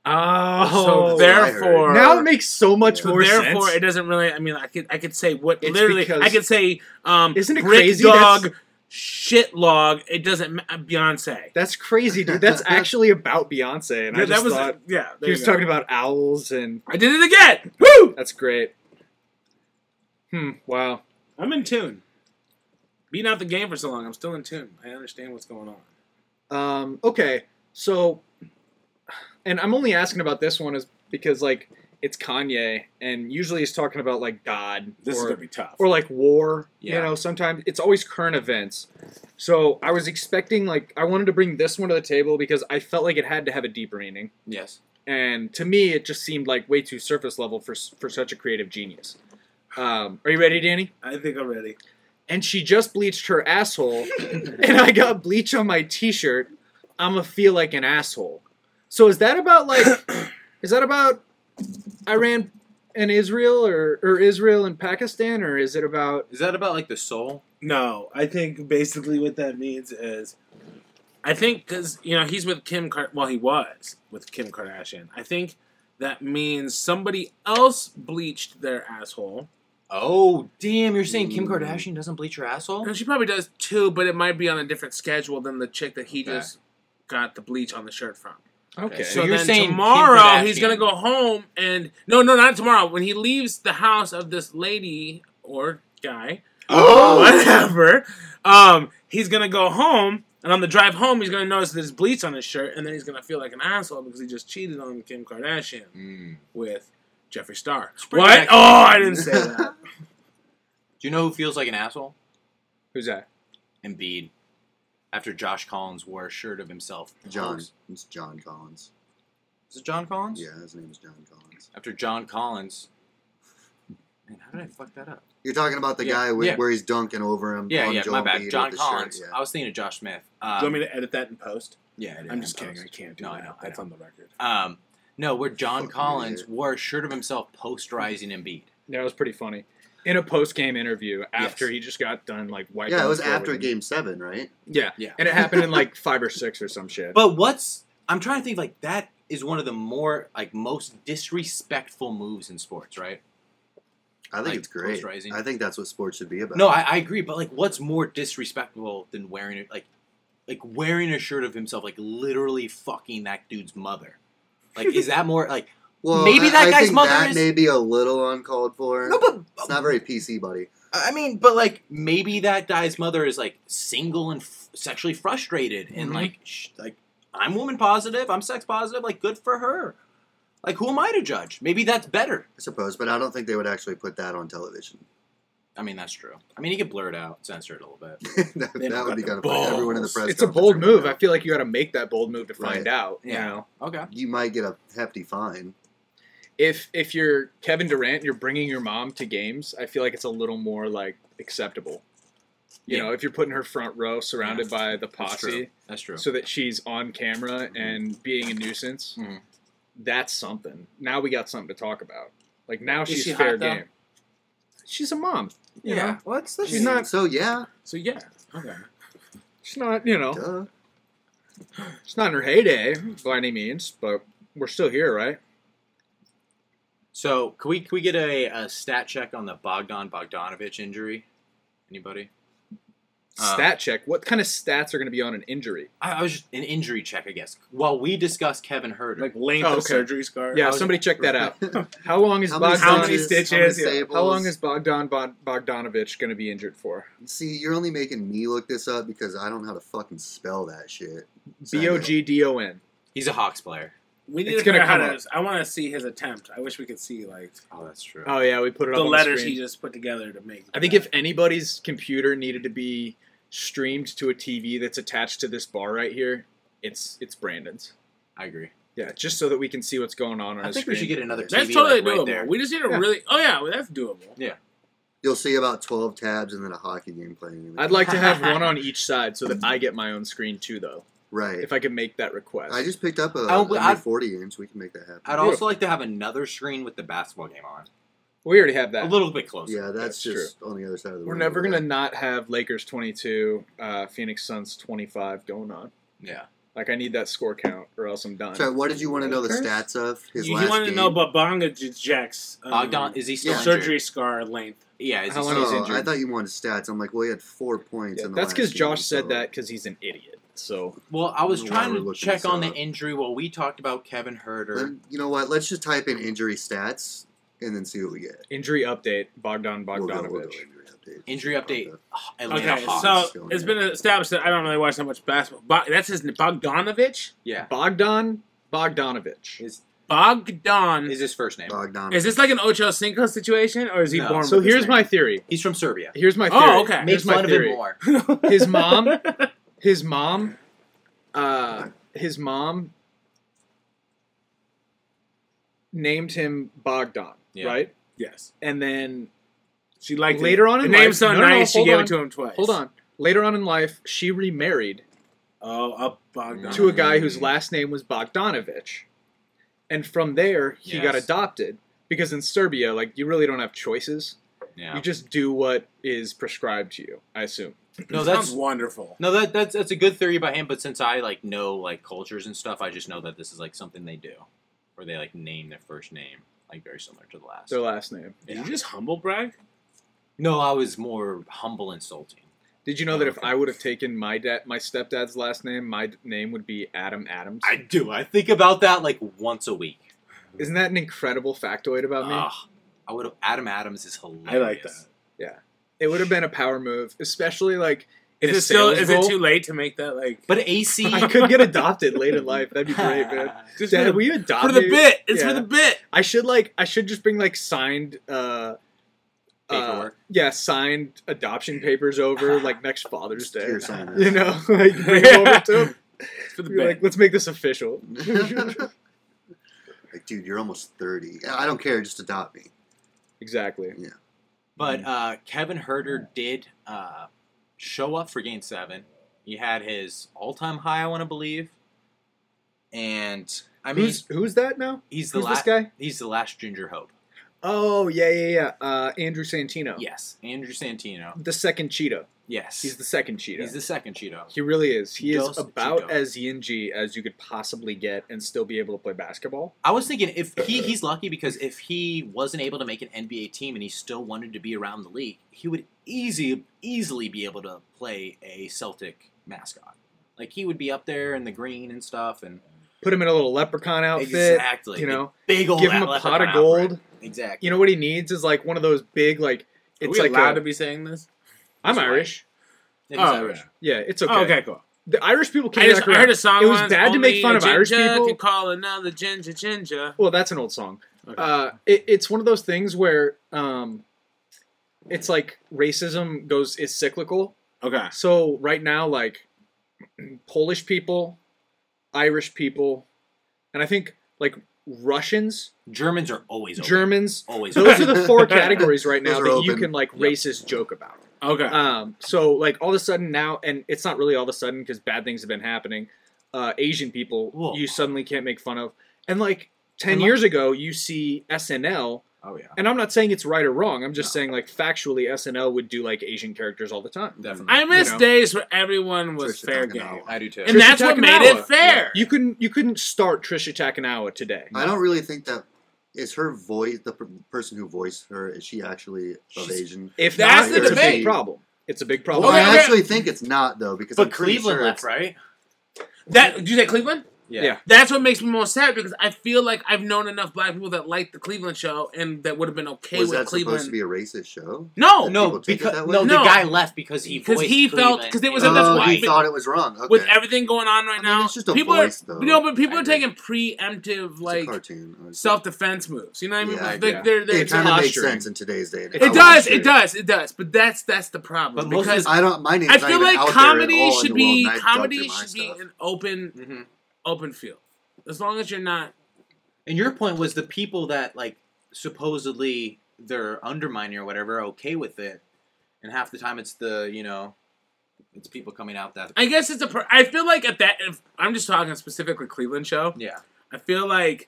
G: Oh.
D: So
E: there-
D: therefore,
G: now it makes so much
D: so
G: more
D: therefore,
G: sense.
D: it doesn't really. I mean, I could I could say what
G: It's
D: literally.
G: because-
D: I could say um,
G: Isn't it
D: brick
G: crazy?
D: dog,
G: That's-
D: shit log. It doesn't ma- Beyonce.
G: That's crazy, dude. That's actually about Beyonce, and I
D: Yeah,
G: just
D: that was
G: thought
D: yeah. there
G: he
D: you
G: was
D: go.
G: talking about owls, and
D: I did it again. Woo!
G: that's great. Hmm. Wow.
D: I'm in tune. Being out the game for so long, I'm still in tune. I understand what's going on.
G: Um, okay, so, and I'm only asking about this one is because like it's Kanye, and usually he's talking about like God
D: This is
G: or,
D: gonna be tough.
G: or like war. You
F: Yeah.
G: know, sometimes it's always current events. So I was expecting like I wanted to bring this one to the table because I felt like it had to have a deeper meaning,
F: Yes.
G: and to me it just seemed like way too surface level for s- for such a creative genius. Um, are you ready, Danny?
D: I think I'm ready.
G: and she just bleached her asshole, and I got bleach on my T-shirt. I'ma feel like an asshole. So is that about like, is that about Iran and Israel, or or Israel and Pakistan, or is it about?
F: Is that about like the soul?
D: No, I think basically what that means is, I think because you know he's with Kim. Kar- well, he was with Kim Kardashian. I think that means somebody else bleached their asshole,
F: Oh, damn! You're saying Kim Kardashian doesn't bleach her asshole?
D: and she probably does too. But it might be on a different schedule than the chick that he
F: Okay.
D: just got the bleach on the shirt from.
G: Okay.
F: So
D: So,
F: you're
D: then
F: saying Kim
D: tomorrow he's gonna
F: Kardashian.
D: go home and no, no, not tomorrow. When he leaves the house of this lady or guy, whatever, um, he's gonna go home, and on the drive home, he's gonna notice there's bleach on his shirt, and then he's gonna feel like an asshole because he just cheated on Kim Kardashian
F: Mm.
D: with Jeffree Star.
F: bring
D: What?
F: it back-
D: Oh, I didn't say that.
F: Do you know who feels like an asshole?
G: Who's that?
F: Embiid. After Josh Collins wore a shirt of himself.
E: John. It's John Collins.
F: Is it John Collins?
E: Yeah, his name is John Collins.
F: After John Collins. Man, how did I fuck that up?
E: You're talking about the
F: Yeah,
E: guy with,
F: yeah.
E: where he's dunking over him.
F: Yeah,
E: on
F: yeah,
E: Joel
F: my bad.
E: Embiid
F: John
E: with the shirt,
F: Collins.
E: yeah.
F: I was thinking of Josh Smith. Um,
D: Do you want me to edit that in post?
F: yeah, it
D: I'm
F: is.
D: just kidding. I can't do
F: No, I
D: that.
F: know, I
D: That's
F: know.
D: on the record.
F: Um, no, where John
E: Fucking
F: Collins
E: idiot.
F: wore a shirt of himself posterizing Embiid.
G: That was pretty funny. In a post-game interview after
F: Yes.
G: he just got done like wiping.
E: Yeah, it
G: the
E: was
G: floor
E: after
G: with him.
E: Game Seven, right?
G: Yeah,
F: Yeah.
G: and it happened in like five or six or some shit.
F: But what's I'm trying to think like that is one of the more like most disrespectful moves in sports, right?
E: I think
F: Like,
E: it's great.
F: posterizing.
E: I think that's what sports should be about.
F: No, I, I agree, but like what's more disrespectful than wearing it like like wearing a shirt of himself, like literally fucking that dude's mother. Like is that more like
E: well,
F: maybe
E: I-
F: that
E: I
F: guy's
E: think
F: mother
E: that
F: is-
E: may be a little uncalled for.
F: no but
G: Oh.
E: it's not very PC, buddy.
F: I mean, but like maybe that guy's mother is like single and f- sexually frustrated, and
D: Mhm.
F: like sh- like I'm woman positive, I'm sex positive, like good for her. Like who am I to judge? Maybe that's better.
E: I suppose, but I don't think they would actually put that on television.
F: I mean, that's true. I mean, you could blur it out, censor it a little bit.
E: that
D: They've
E: that
D: got
E: would be
D: the
E: kind of funny. Everyone in the
D: balls.
E: press.
G: it's a
E: conference
G: bold
E: would
G: move.
E: know.
G: I feel like you got to make that bold move to find
E: Right.
G: out. You
F: Yeah.
G: know.
F: Okay.
E: You might get a hefty fine.
G: if if you're Kevin Durant, you're bringing your mom to games. I feel like it's a little more like acceptable. You
F: Yeah.
G: know, if you're putting her front row, surrounded by the
F: That's true.
G: posse,
F: That's true.
G: so that she's on camera and being a nuisance,
F: Mhm.
G: that's something. Now we got something to talk about. Like now
F: Is
G: she's
F: she
G: fair
F: hot, though?
G: game. She's a mom. You
F: yeah.
G: know?
F: Well, that's,
G: She's not.
E: So yeah,
D: So yeah, okay.
G: She's not. You know.
E: duh.
G: She's not in her heyday by any means, but we're still here, right?
F: So can we can we get a, a stat check on the Bogdan Bogdanovich injury? Anybody? Uh,
G: Stat check. What kind of stats are going to be on an injury?
F: I, I was just an injury check, I guess. While we discuss Kevin Herter,
D: Like length
G: Oh,
D: of
G: okay.
D: surgery scar.
G: Yeah,
F: was-
G: somebody check that out. How long is Bogdan?
D: How many stitches?
E: How, many
D: Yeah.
E: sables?
G: How long is Bogdan Bog- Bogdanovich going to be injured for?
E: See, you're only making me look this up because I don't know how to fucking spell that shit.
G: B O G D O N.
F: he's a Hawks player.
D: we need
G: It's
D: to figure
G: gonna
D: out how
G: come
D: to. I want to see his attempt. I wish we could see like
F: Oh, that's true.
G: Oh yeah, we put it
D: the
G: up on
D: letters
G: screen.
D: he just put together to make.
G: I think if anybody's computer needed to be streamed to a TV that's attached to this bar right here, it's it's Brandon's.
F: I agree.
G: Yeah, just so that we can see what's going on on
F: I
G: his
F: think
G: screen.
F: we should get another TV
D: that's totally
F: like, right
D: doable.
F: there.
D: We just need to
G: Yeah.
D: really. Oh yeah, well, that's doable.
E: You'll see about 12 tabs and then a hockey game playing.
G: I'd like to have one on each side so that I get my own screen too, though.
E: Right.
G: If I could make that request.
E: I just picked up a,
F: I don't-
E: a
F: I-
E: new 40 inch. We can make that happen.
F: I'd also like to have another screen with the basketball game on,
G: we already have
F: a
G: that.
F: little bit closer.
E: yeah,
G: that's
E: that's, just on the other side of the
G: We're
E: room
G: never
E: over
G: gonna not have Lakers twenty two, uh, Phoenix Suns twenty five going on.
F: Yeah.
G: Like I need that score count, or else I'm done.
E: So, what did you want to know the
G: Walker?
E: stats of his
D: you
E: last
D: you want to
E: game?
D: know about Bonga Jack's um,
F: Uh, Bogdan is he still
E: yeah.
F: injured?
D: surgery scar length?
F: Yeah, is
G: How
F: he
G: long is
F: still
G: he's
E: Oh,
G: injured.
E: I thought you wanted stats. I'm like, well, he had four points.
G: Yeah,
E: in the
G: that's because
E: because
G: Josh said
E: so.
G: that because he's an idiot. So
F: Well, I was
E: Why
F: trying
E: we're
F: to
E: looking
F: check
E: this
F: on the
E: up.
F: injury while we talked about Kevin Herter.
E: Let- you know what? Let's just type in injury stats and then see what we get.
G: injury update: Bogdan
E: We'll go-
G: Bogdanovich.
E: we'll go injury update.
F: Injury update.
E: Okay.
F: Atlanta
D: Okay,
F: Hawks.
D: so
E: Still
D: it's
E: injured.
D: been established that I don't really watch that much basketball. Bo- that's his Bogdanovich.
F: yeah,
G: Bogdan Bogdanovich.
F: is
D: Bogdan.
F: is his first name?
E: Bogdanovich.
D: Is this like an Ocho Cinco situation, or is he
F: No.
D: born?
G: So
D: with
G: here's
D: this
G: my theory.
F: He's from Serbia.
G: Here's my theory.
D: Oh, okay.
F: Make
G: Here's my
F: fun of him
G: theory.
F: more.
D: name?
G: His mom. His mom. Uh, his mom named him Bogdan,
F: Yeah.
G: right?
D: yes,
G: And then
D: she liked
G: Later
D: it.
G: on
D: The
G: in
D: name's
G: life-
D: so
G: no, no, no,
D: nice, she
G: hold
D: gave
G: on.
D: it to him twice.
G: hold on. Later on in life, she remarried
D: Oh, a Bogdan.
G: to a guy
F: Mm.
G: whose last name was Bogdanovich. And from there, he got
F: Yes.
G: adopted because in Serbia, like you really don't have choices.
F: Yeah.
G: You just do what is prescribed to you, I assume.
F: No,
D: Sounds
F: that's
D: wonderful.
F: no that that's that's a good theory by him. But since I like know like cultures and stuff, I just know that this is like something they do, where they like name their first name like very similar to the last.
G: Their last name.
D: Did
F: Yeah.
D: you just humble brag?
F: no, I was more humble insulting.
G: Did you know
D: Oh,
G: that if
F: Okay.
G: I would have taken my dad, my stepdad's last name, my d- name would be Adam Adams?
F: I do. I think about that like once a week.
G: Isn't that an incredible factoid about me?
D: Ah.
F: Ugh. I would have. Adam Adams is hilarious.
D: I like that.
G: it would have been a power move, especially like in
D: Is
G: a
D: it still?
G: sales
D: Is
G: role.
D: it too late to make that like?
F: But AC.
G: I could get adopted late in life. That'd be great, man.
D: Just for
G: Dad,
D: the-
G: will you adopt
D: for the
G: me?
D: bit. It's for
G: Yeah.
D: the bit.
G: I should like I should just bring like signed uh uh,
F: Paperwork.
G: yeah, signed adoption papers over like next Father's Day.
E: Here, sign
G: You
E: this.
G: know, like bring them over to him.
D: It's for the
G: Be
D: bit.
G: like, let's make this official.
E: like, dude, you're almost thirty. I don't care. Just adopt me.
G: Exactly.
F: But
G: Hmm.
F: uh, Kevin Herter did uh, show up for Game Seven. He had his all-time high, I want to believe. And I mean,
G: who's who's that now?
F: he's the
G: Who's this
F: last.
G: guy?
F: He's the last Ginger Hope.
G: Oh yeah, yeah, yeah. Uh, Andrew Santino.
F: Yes, Andrew Santino.
G: The second cheetah.
F: Yes,
G: He's the second cheetah.
F: He's the second Cheeto.
G: He really is. He
F: Dos
G: is about
F: Cheetos.
G: as Yinji as you could possibly get and still be able to play basketball.
F: I was thinking if he he's lucky because if he wasn't able to make an NBA team and he still wanted to be around the league, he would easy easily be able to play a Celtic mascot. Like he would be up there in the green and stuff, and
G: Put him in a little leprechaun outfit.
F: exactly,
G: You know,
F: big old
G: give
D: Oh,
G: him a
F: athletic
G: pot of
F: outfit.
G: gold.
F: Exactly.
G: You know what he needs is like one of those big like.
D: Are
G: It's
D: we
G: like
D: allowed
G: a-
D: to be saying this?
G: I'm
F: He's
G: Irish.
F: Yeah, he's
D: Oh,
F: Irish.
D: okay.
G: Yeah, it's okay.
D: Oh, okay, cool.
G: The Irish people
D: I,
G: came
D: just,
G: back
D: I
G: around.
D: heard a song.
G: It was
D: once,
G: bad to make
D: "Only
G: fun
D: a
G: of Irish
D: ginger
G: people."
D: Can call another ginger ginger.
G: Well, that's an old song.
D: Okay.
G: Uh, it, it's one of those things where um, it's like racism goes is cyclical.
D: okay.
G: So right now, like Polish people, Irish people, and I think like Russians,
F: Germans are always open.
G: Germans.
F: Always.
G: Those are
F: open.
G: the four categories right now
E: Those
G: that
E: are
G: you
E: open.
G: can like racist joke about.
D: Okay.
G: Um, so like all of a sudden now, and it's not really all of a sudden because bad things have been happening. Uh, Asian people
F: Whoa.
G: you suddenly can't make fun of, and like ten
F: And, like-
G: years ago you see SNL,
F: oh yeah,
G: and I'm not saying it's right or wrong. I'm just saying like factually SNL would do like Asian characters all the time.
F: definitely.
D: I miss
G: Um, you know.
D: days where everyone was
E: Trisha
D: fair game,
E: Takanawa.
F: I do too.
D: and
G: Trisha
D: that's what made
G: Takanawa.
D: it fair.
G: You couldn't you couldn't start Trisha Takanawa today.
E: I don't really think that is her voice. The per- person who voiced her is she actually of
F: She's-
E: Asian?
G: If not,
D: That's
E: the
G: it's a big
E: debate.
G: problem. It's a big
E: Well,
G: problem.
D: Okay,
E: I
D: okay.
E: actually think it's not though because I'm
F: but
E: pretty
F: Cleveland
E: sure
F: left,
E: it's-
F: right?
D: that did you say Cleveland?
G: Yeah.
D: That's what makes me most sad because I feel like I've known enough black people that liked the Cleveland show and that would have been okay
E: was
D: with
E: that
D: Cleveland.
E: supposed to be a racist show?
D: no, no,
F: No,
E: People take it
F: because
E: that way?
F: no,
D: No.
F: the guy left because he
D: 'Cause
F: because
D: he felt- 'cause it was
E: oh,
D: a- that's why-
E: he thought it was wrong. Okay.
D: with everything going on right
E: I mean,
D: now,
E: it's just a
D: people
E: voice, though.
D: are no, but people
F: I
D: are
F: agree.
D: taking preemptive
E: It's a
D: like
E: cartoon. It was-
D: self defense moves. You know what I mean?
E: Yeah,
D: Like,
E: I
D: they
G: do.
D: they're, they're,
E: it kind of makes
G: posturing.
E: sense in today's day. and
G: It's
D: It
E: age.
D: does,
G: Sure.
D: it does, it does. But that's that's the problem
F: But most
D: because
E: I don't. My name's
D: I
E: not
D: feel
E: even
D: like
E: out there at
D: comedy
E: all in the
D: should
E: world,
D: be
E: and I dug
D: comedy
E: through my
D: should be
E: stuff. Mm-hmm.
D: an open
F: hmm
D: open field. As long as you're not
F: And your point was the people that like supposedly they're undermining or whatever are okay with it, and half the time it's the you know, it's people coming out that
D: I guess it's a per- I feel like at that if I'm just talking specifically Cleveland show.
F: yeah
D: I feel like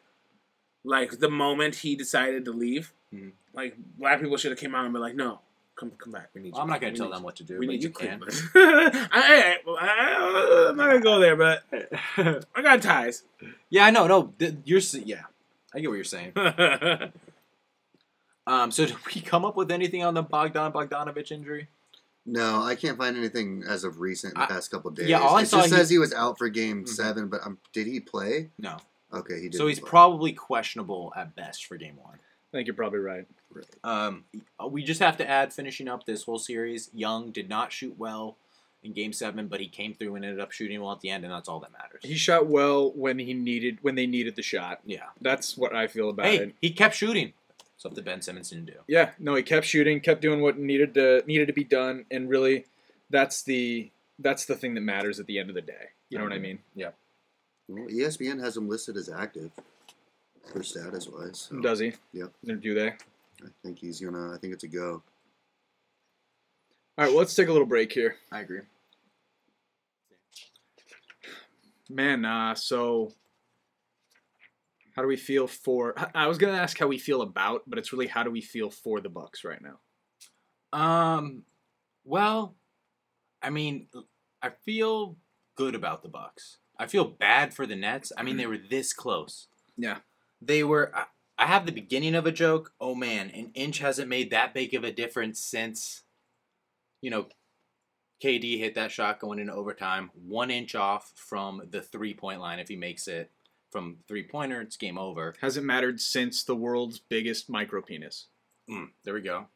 D: like the moment he decided to leave,
F: Mhm.
E: Mm-hmm.
D: like black people should have came out and been like, no, Come, come back. We need
F: Well,
D: you.
F: I'm not going
D: We
F: to tell
D: need
F: them what to do.
D: you. We
F: but
D: need
F: you
D: you,
F: can.
D: Cleveland. I, I, I, am not gonna go there, but I got ties.
F: yeah, I know. No, th- you're. s- Yeah, I get what you're saying.
D: no,
F: Um, so did we come up with anything on the Bogdan Bogdanovich injury?
E: No, I can't find anything as of recent in the
F: I-
E: past couple days.
F: yeah, all I
E: it
F: saw
E: just
F: he-
E: says he was out for Game
F: Mhm.
E: Seven, but um, did he play?
F: No.
E: Okay, he did.
F: So he's
E: play.
F: probably questionable at best for Game One.
G: I think you're probably right.
F: Um, we just have to add finishing up this whole series. Young did not shoot well in Game Seven, but he came through and ended up shooting well at the end, and that's all that matters.
G: He shot well when he needed when they needed the shot.
F: yeah.
G: That's what I feel about
F: Hey,
G: it.
F: he kept shooting. Something Ben Simmons didn't do.
G: Yeah, no, he kept shooting, kept doing what needed to needed to be done, and really, that's the that's the thing that matters at the end of the day. You know what I mean?
E: Well, E ESPN has him listed as active for status wise. So
G: Does he?
E: Yep.
G: Do they?
E: I think he's gonna. I think it's a go.
G: All right, well, let's take a little break here.
F: I agree.
G: Man, uh, so how do we feel for? I- I was gonna ask how we feel about, but it's really how do we feel for the Bucks right now?
F: Um, well, I mean, I feel good about the Bucks. I feel bad for the Nets. I mean, they were this close.
G: Yeah.
F: they were. I, I have the beginning of a joke. Oh man, an inch hasn't made that big of a difference since, you know, KD hit that shot going into overtime, one inch off from the three point line. If he makes it from three pointer, it's game over.
G: Hasn't mattered since the world's biggest micro penis.
F: Mm, there we go.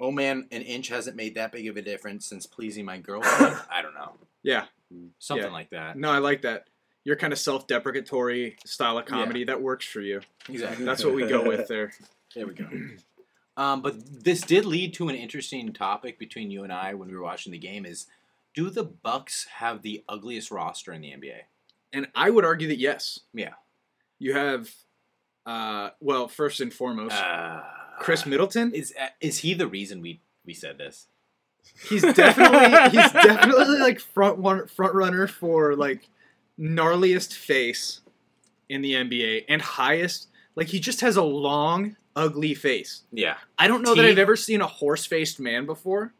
F: Oh man, an inch hasn't made that big of a difference since pleasing my girlfriend. I don't know.
G: Yeah,
F: Something
G: Yeah.
F: like that.
G: no, I like that. Your kind of self-deprecatory style of comedy that works for you.
F: Exactly.
G: That's what we go with there.
F: There we go. Um, but this did lead to an interesting topic between you and I when we were watching the game is do the Bucks have the ugliest roster in the NBA?
G: And I would argue that yes.
F: Yeah.
G: You have, uh, well, first and foremost,
F: Uh,
G: Chris Middleton.
F: is uh, is he the reason we we said this?
G: He's definitely he's definitely like front one front runner for like gnarliest face in the NBA and highest. Like he just has a long, ugly face.
F: Yeah.
G: I don't know that
F: Teeth.
G: I've ever seen a horse faced man before.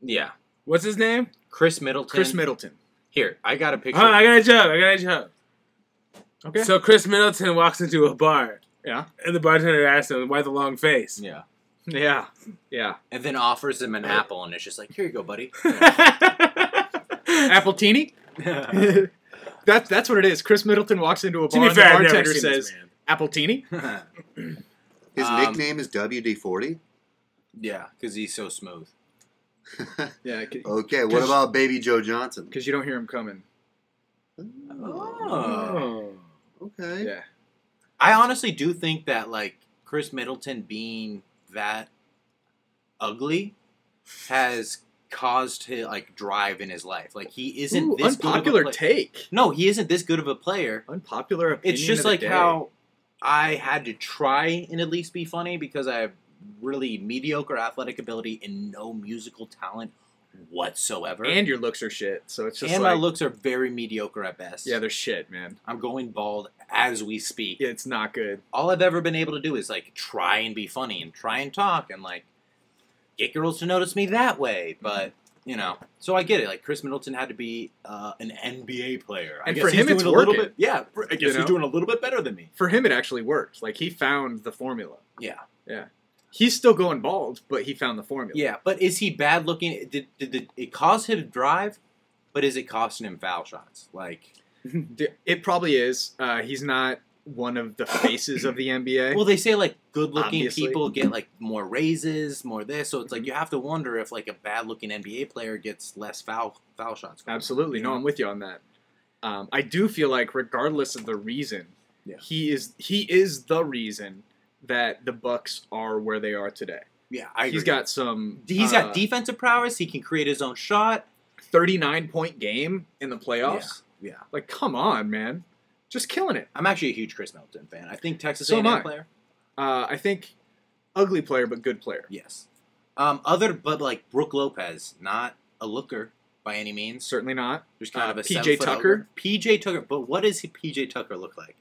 F: Yeah.
D: What's his name?
F: Chris Middleton.
G: Chris Middleton.
F: Here, I got a picture.
D: Oh, I got a joke. I got a joke.
G: Okay.
D: So Chris Middleton walks into a bar,
G: Yeah.
D: and the bartender asks him, "Why the long face?"
F: yeah.
G: Yeah. Yeah.
F: And then offers him an apple and it's just like, "Here you go, buddy."
G: Appletini. That, that's what it is. Chris Middleton walks into a
D: To
G: bar
D: be
G: and the
D: fair, I've never
G: bartender
D: seen
G: says,
D: this man.
G: Appletini?
E: His
F: Um,
E: nickname is WD40.
F: yeah, because he's so smooth.
G: Yeah,
F: Oh.
E: okay, what about Baby Joe Johnson?
G: because you don't hear him coming.
D: Oh.
E: Okay.
G: Yeah.
F: Uh, I honestly do think that like Chris Middleton being that ugly has caused his like drive in his life. Like he isn't
G: Ooh,
F: this
G: unpopular
F: good of a play-
G: take.
F: No, he isn't this good of a player.
G: Unpopular opinion.
F: It's just
G: of the
F: like
G: day.
F: how I had to try and at least be funny because I have really mediocre athletic ability and no musical talent whatsoever.
G: And your looks are shit. So it's just
F: And
G: like.
F: my looks are very mediocre at best.
G: Yeah, they're shit, man.
F: I'm going bald as we speak.
G: Yeah, it's not good.
F: all I've ever been able to do is like try and be funny and try and talk and like get girls to notice me that way.
G: Mm-hmm.
F: But you know, so I get it. Like Chris Middleton had to be uh, an NBA player, I
G: And
F: guess
G: for
F: he's
G: him,
F: doing
G: it's
F: a little
G: working.
F: bit. Yeah, for- I guess
G: You know?
F: he's doing a little bit better than me.
G: For him, it actually worked. Like, he found the formula.
F: Yeah.
G: Yeah. He's still going bald, but he found the formula.
F: Yeah, but is he bad looking? Did did, did it cause him to drive? But is it costing him foul shots? Like,
G: D- It probably is. Uh, he's not one of the faces of the NBA.
F: well, they say like good-looking
G: Obviously. Mm-hmm.
F: people get like more raises, more this. So it's like you have to wonder if like a bad-looking NBA player gets less foul foul shots.
G: Absolutely. No, I'm with you on that. Um, I do feel like, regardless of the reason,
F: Yeah.
G: he is he is the reason that the Bucks are where they are today.
F: Yeah, I
G: He's
F: agree.
G: got some.
F: He's
G: uh,
F: got defensive prowess. He can create his own shot.
G: 39 point game in the playoffs.
F: Yeah, yeah.
G: Like, come on, man, just killing it.
F: I'm actually a huge Chris Middleton fan. I think Texas
G: So am I.
F: A&M player.
G: Uh, I think ugly player, but good player.
F: Yes. Um, other but like Brooke Lopez, not a looker by any means.
G: Certainly not.
F: There's kind
G: Uh,
F: of a
G: PJ
F: seven foot
G: Tucker?
F: ogre. PJ Tucker, but what does he- PJ Tucker look like?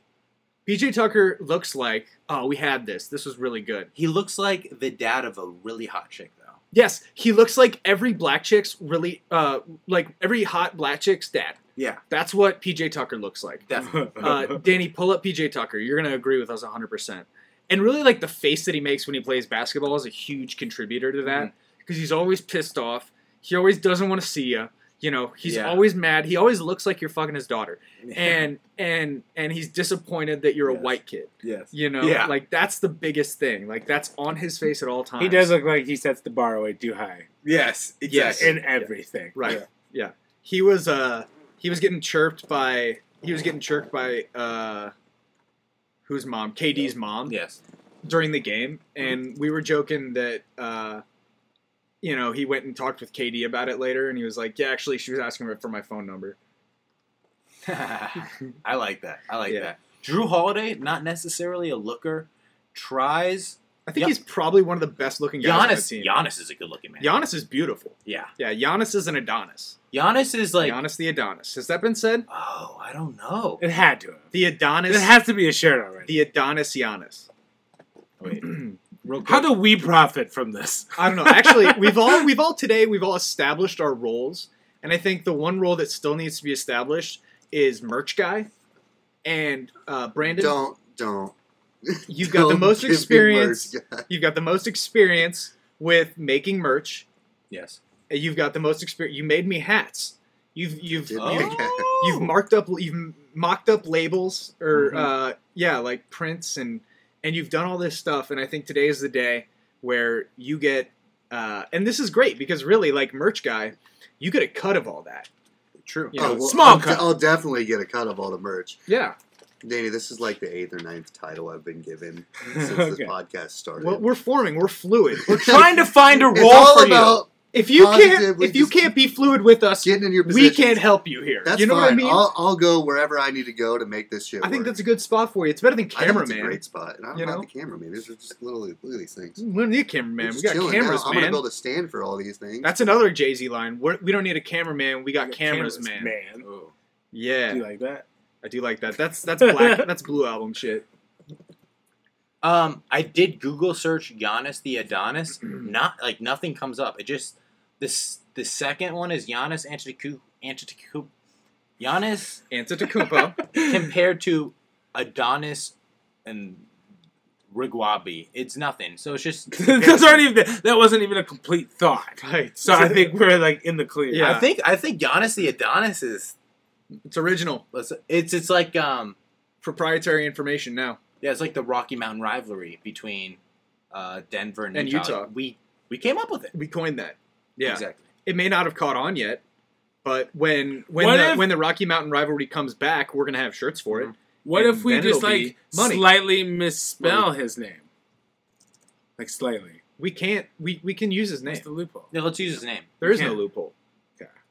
G: PJ Tucker looks like, oh, we had this. This was really good.
F: He looks like the dad of a really hot chick, though.
G: Yes, he looks like every black chick's really, uh, like every hot black chick's dad.
F: Yeah,
G: That's what PJ Tucker looks like.
F: definitely.
G: Uh, Danny, pull up PJ Tucker. You're going to agree with us 100%. And really, like, the face that he makes when he plays basketball is a huge contributor to that
F: Mm-hmm.
G: because he's always pissed off. He always doesn't want to see you. You know, he's
F: Yeah.
G: always mad. He always looks like you're fucking his daughter. And and and he's disappointed that you're a
F: Yes.
G: white kid.
F: yes,
G: You know,
F: Yeah.
G: like that's the biggest thing. Like that's on his face at all times.
D: He does look like he sets the bar way too high
F: yes,
G: Yes.
D: in everything.
G: Right. Yeah. He was uh he was getting chirped by he was getting chirped by uh whose mom? KD's mom
F: Yes, Mm-hmm.
G: during the game and we were joking that uh you know, he went and talked with KD about it later and he was like, "Yeah, actually she was asking for my phone number."
F: I like that. I like
G: Yeah.
F: that. Drew Holiday, not necessarily a looker, tries.
G: I think
F: Yeah.
G: he's probably one of the best-looking guys on the
F: Giannis,
G: team.
F: Giannis is a good-looking man.
G: Giannis is beautiful.
F: yeah,
G: Yeah, Giannis is an Adonis.
F: Giannis is like.
G: Giannis the Adonis. Has that been said?
F: Oh, I don't know.
D: It had to.
G: The Adonis.
D: It has to be a shirt already.
G: the Adonis Giannis.
F: Wait,
G: Real quick.
D: How do we profit from this?
G: I don't know. Actually, we've all we've all today we've all established our roles, and I think the one role that still needs to be established is merch guy, and uh, Brandon.
E: Don't don't.
G: you've got the
E: don't
G: most
E: give me
G: experience.
E: merch, guy.
G: You've got the most experience with making merch.
F: yes.
G: and You've got the most experience. You made me hats. You've you've
E: Did
G: you've,
E: make
F: Oh.
G: you've marked up you've mocked up labels or
F: Mhm.
G: uh, yeah like prints and and you've done all this stuff and i think today is the day where you get uh, and this is great because really like merch guy you get a cut of all that
F: True.
G: you know,
E: oh, well,
D: small
E: I'll, de-
D: cut.
E: I'll definitely get a cut of all the merch.
G: yeah
E: Danny, this is like the eighth or ninth title I've been given since this
D: Okay.
E: podcast started.
G: well, we're forming we're fluid we're
F: Trying to find a
E: it's
F: role
E: all
F: for you.
E: about
G: if you can't
E: Positively
G: if you
E: just-
G: can't be fluid with us
E: getting in your position.
G: we can't help you here
E: That's
G: you know
E: fine.
G: what i mean
E: will I'll go wherever I need to go to make this shit.
G: i think
E: work.
G: that's a good spot for you it's better than
E: I think it's a
G: cameraman
E: great spot, and I don't
G: you
E: have
G: know?
E: the cameraman. These are just little look at these things.
G: we don't need a
E: We're
G: cameraman we
E: just
G: got
E: chilling
G: cameras
E: now. I'm
G: man
E: gonna build a stand for all these things.
G: That's another Jay Z line. We're, we don't need a cameraman. We got cameras, man.
D: man.
F: Ooh.
D: Do
G: Yeah,
D: you like that?
G: I do like that. That's that's black. that's blue album shit.
F: Um, I did Google search Giannis the Adonis. Not like nothing comes up. It just this the second one is Giannis Antetokounmpo. Antetokounmpo. Giannis
G: Antetokounmpo.
F: compared to Adonis and Rigwabi. It's nothing. So it's just.
D: That's aren't even. That wasn't even a complete thought.
G: right.
D: So I think we're like in the clear.
G: Yeah.
F: I think I think Giannis the Adonis is
G: it's original,
F: it's it's like um
G: proprietary information now.
F: yeah it's like the Rocky Mountain rivalry between uh, Denver and,
G: And
F: Utah.
G: Utah.
F: We we came up with it
G: We coined that. Yeah.
F: exactly.
G: It may not have caught on yet, but when when
D: What
G: the,
D: if- Mm-hmm.
G: when the Rocky Mountain rivalry comes back, we're gonna have shirts for it.
D: What
G: And
D: if we
G: then
D: just
G: it'll be
D: like
G: money.
D: slightly misspell his name? Like slightly.
G: We can't. We we can use his name.
D: What's the loophole?
F: Yeah, let's use his name.
G: There is
D: we
G: no
D: can't.
G: loophole.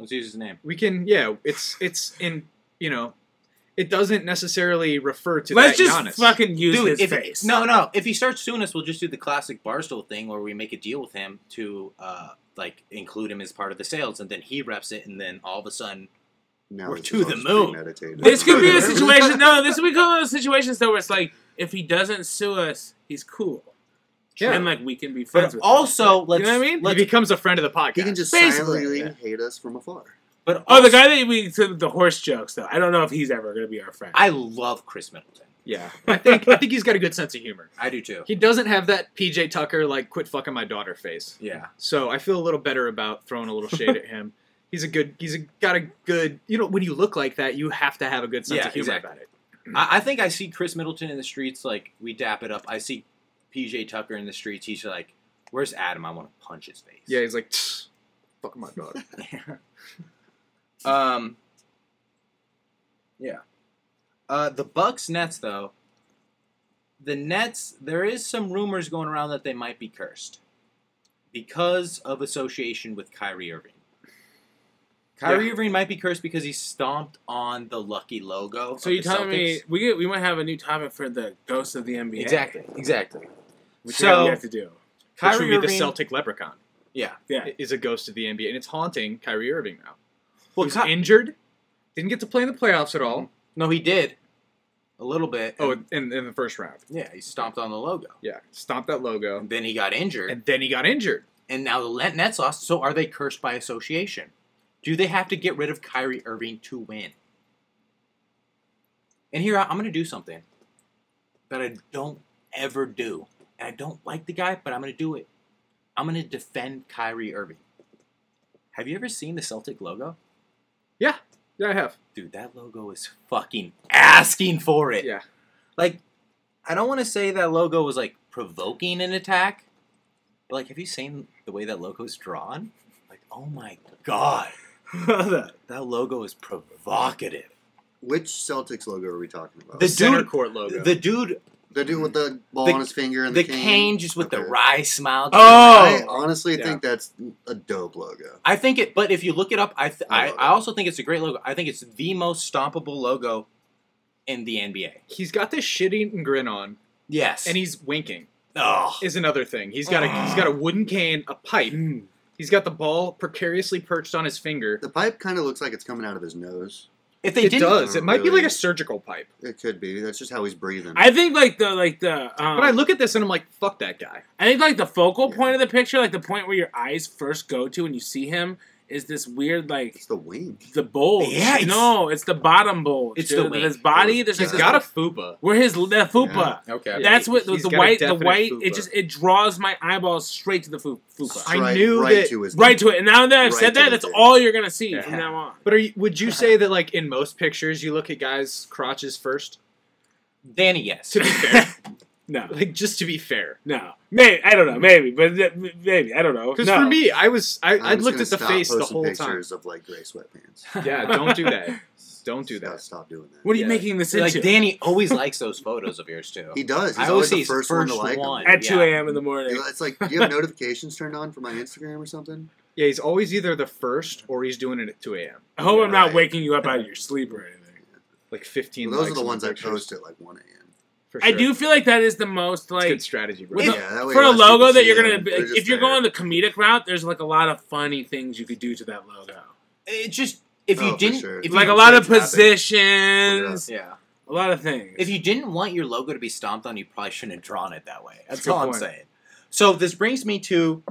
F: Let's use his name.
G: We can. Yeah. It's it's in. You know, it doesn't necessarily refer to.
D: Let's
G: that
D: just
G: Giannis.
D: fucking use
F: Dude,
D: his
F: if,
D: face.
F: No, no. If he starts suing us, we'll just do the classic Barstool thing where we make a deal with him to uh, like include him as part of the sales, and then he reps it, and then all of a sudden,
E: now
F: we're
E: this
F: to
E: is all
F: the
E: just
F: moon.
E: premeditated.
D: This could be a situation. No, this would be one of those situations though where it's like, if he doesn't sue us, he's cool.
G: Yeah.
D: And like we can be friends
F: but
D: with
F: also let's.
D: You know what I mean?
G: he
F: Let's,
G: becomes a friend of the podcast.
E: He can just
D: Basically,
E: silently
D: yeah.
E: hate us from afar.
F: but
D: him. Oh, the
F: also-
D: guy that we did the horse jokes though. I don't know if he's ever gonna be our friend.
F: I love Chris Middleton.
G: Yeah, I think I think he's got a good sense of humor.
F: I do too.
G: He doesn't have that PJ Tucker like quit fucking my daughter face.
F: Yeah.
G: So I feel a little better about throwing a little shade at him. He's a good. He's a, got a good. You know, when you look like that, you have to have a good sense
F: Yeah,
G: of humor
F: exactly.
G: about it.
F: I, I think I see Chris Middleton in the streets, like we dap it up. I see PJ Tucker in the streets. He's like, "Where's Adam? I want to punch his face."
G: Yeah, he's like, "Tch, fuck my daughter.
F: um. Yeah. Uh, the Bucks Nets though. The Nets, there is some rumors going around that they might be cursed because of association with Kyrie Irving. Kyrie Irving might be cursed because he stomped on the lucky logo.
D: so
F: of
D: you
F: the
D: telling me
F: Celtics.
D: we get, we might have a new topic for the ghost of the NBA?
F: Exactly. Exactly.
D: Which
F: So-
D: we have to do.
G: Which would
F: Kyrie
G: be
F: Irving.
G: the Celtic leprechaun.
F: yeah.
D: Yeah.
G: Is a ghost of the NBA, and it's haunting Kyrie Irving now.
F: Well,
G: Who's
F: Ky- Mm-hmm.
G: injured? Didn't get to play in the playoffs at all.
F: No, he did. a little bit.
G: Oh,
F: and-
G: in, in the first round.
F: yeah, he stomped on the logo.
G: Yeah, stomp that logo,
F: And then he got injured, and,
G: and then he got injured.
F: now the Let- Nets lost. So are they cursed by association? Do they have to get rid of Kyrie Irving to win? And here I- I'm going to do something that I don't ever do, and I don't like the guy, but I'm going to do it. I'm going to defend Kyrie Irving. Have you ever seen the Celtic logo?
G: Yeah, I have.
F: dude, that logo is fucking asking for it.
G: Yeah.
F: Like, I don't want to say that logo was like provoking an attack, but like, have you seen the way that logo is drawn? Like, oh my god, that, that logo is provocative.
E: Which Celtics logo are we talking about?
F: The
G: Oh, Center
F: dude,
G: court logo.
F: the dude,
E: the dude with the ball
F: The-
E: on his finger and
F: the
E: the,
F: cane, just with the
E: Okay.
F: wry smile.
E: I
G: oh,
E: honestly
G: Yeah.
E: think that's a dope logo.
F: I think it, but if you look it up, I, th-
E: I
F: I,
E: love
F: I
E: it.
F: also think it's a great logo. I think it's the most stompable logo in the NBA.
G: he's got this shit-eating grin on,
F: Yes,
G: and he's winking.
F: oh,
G: Is another thing. He's got a he's got a wooden cane, a pipe.
D: Mm.
G: He's got the ball precariously perched on his finger.
E: The pipe kind of looks like it's coming out of his nose.
F: if they
G: It
F: didn't,
G: does. It might be
E: Really?
G: like a surgical pipe.
E: It could be. That's just how he's breathing.
D: I think like the like the um,
G: But I look at this and I'm like, fuck that guy.
D: I think like the focal point of the picture, like the point where your eyes first go to when you see him, is this weird like
E: it's the wink.
D: the bulge.
F: Yeah, it's-
D: no, it's the bottom bulge.
F: It's
D: dude.
F: the wing.
D: his body. There's
G: He's
D: just
G: got a fuba.
D: where his the fupa.
F: okay,
G: Oh, Yeah,
D: That's
G: he-
D: what the,
G: he's
D: the
G: got a
D: white the
G: definite
D: white.
G: fupa.
D: It just it draws my eyeballs straight to the fu- fupa.
G: I
E: Straight
G: knew
E: right
G: that-
E: to his
D: Right to it. And now that I've
E: Right
D: said
E: to
D: that,
E: the
D: that's
E: dick.
D: all you're gonna see from
F: Yeah.
D: now on.
G: But are you, would you say that like in most pictures you look at guys' crotches first?
F: Danny, yes.
G: To be fair,
D: No,
G: like just to be fair.
D: no, maybe I don't know, maybe, but th- maybe I don't know.
G: Because
D: No.
G: for me, I was I, I
E: I'm
G: looked
E: just gonna
G: at the
E: stop
G: face the
E: posting
G: whole time.
E: pictures of like gray sweatpants.
G: Yeah, don't do that. Don't do
E: Stop-
G: that.
E: Stop doing that.
D: what are you
G: Yeah.
D: making this
F: like
D: into?
F: Danny always likes those photos of yours too.
E: He does. He's
F: I always
E: always
F: see
E: the
F: his
E: first, one to
F: first
E: like him.
F: one.
D: at two
F: Yeah.
D: a.m. in the morning.
E: It's like, do you have notifications turned on for my Instagram or something?
G: Yeah, he's always either the first or he's doing it at 2 a.m.
D: I hope I'm not
E: Right.
D: waking you up out of your sleep or anything.
G: Like 15.
E: Well, those are
G: likes
E: the
G: on
E: ones I
G: pictures.
E: post at like 1 a.m.
G: For
D: I
G: sure.
D: do feel like that is the most
G: It's
D: like
G: good strategy, bro.
D: With
E: Yeah,
D: a-
E: that way
D: for a
E: less people
D: logo that
E: see
D: you're gonna
E: them.
D: be,
E: They're
D: if
E: just
D: you're
E: there.
D: going the comedic route, there's like a lot of funny things you could do to that logo.
F: It just if you
E: Oh, for
F: didn't,
E: sure.
F: if
D: Like
F: you,
D: a lot
E: check
D: of
E: traffic.
D: positions,
F: yeah,
D: a lot of things.
F: if you didn't want your logo to be stomped on, you probably shouldn't have drawn it that way. That's
D: Good
F: all I'm
D: point.
F: saying. So this brings me to,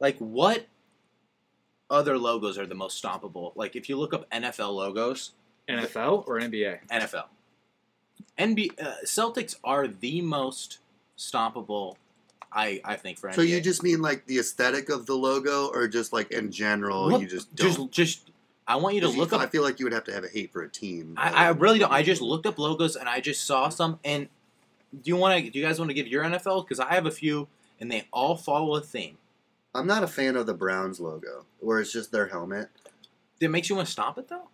F: like, what other logos are the most stompable? Like, if you look up NFL logos,
G: NFL or NBA?
F: NFL, NBA, uh, Celtics are the most stompable. I I think for NBA.
E: So you just mean like the aesthetic of the logo, or just like in general,
F: Look-
E: you just don't.
F: just just I want you to
E: Because
F: look
E: feel-
F: up
E: I feel like you would have to have a hate for a team.
F: I, I really don't. I just looked up logos and I just
E: Mm-hmm.
F: saw some. And do you want to? Do you guys want to give your NFL? Because I have a few, and they all follow a theme
E: I'm not a fan of the Browns logo, where it's just their helmet.
F: that makes you want to stop it though.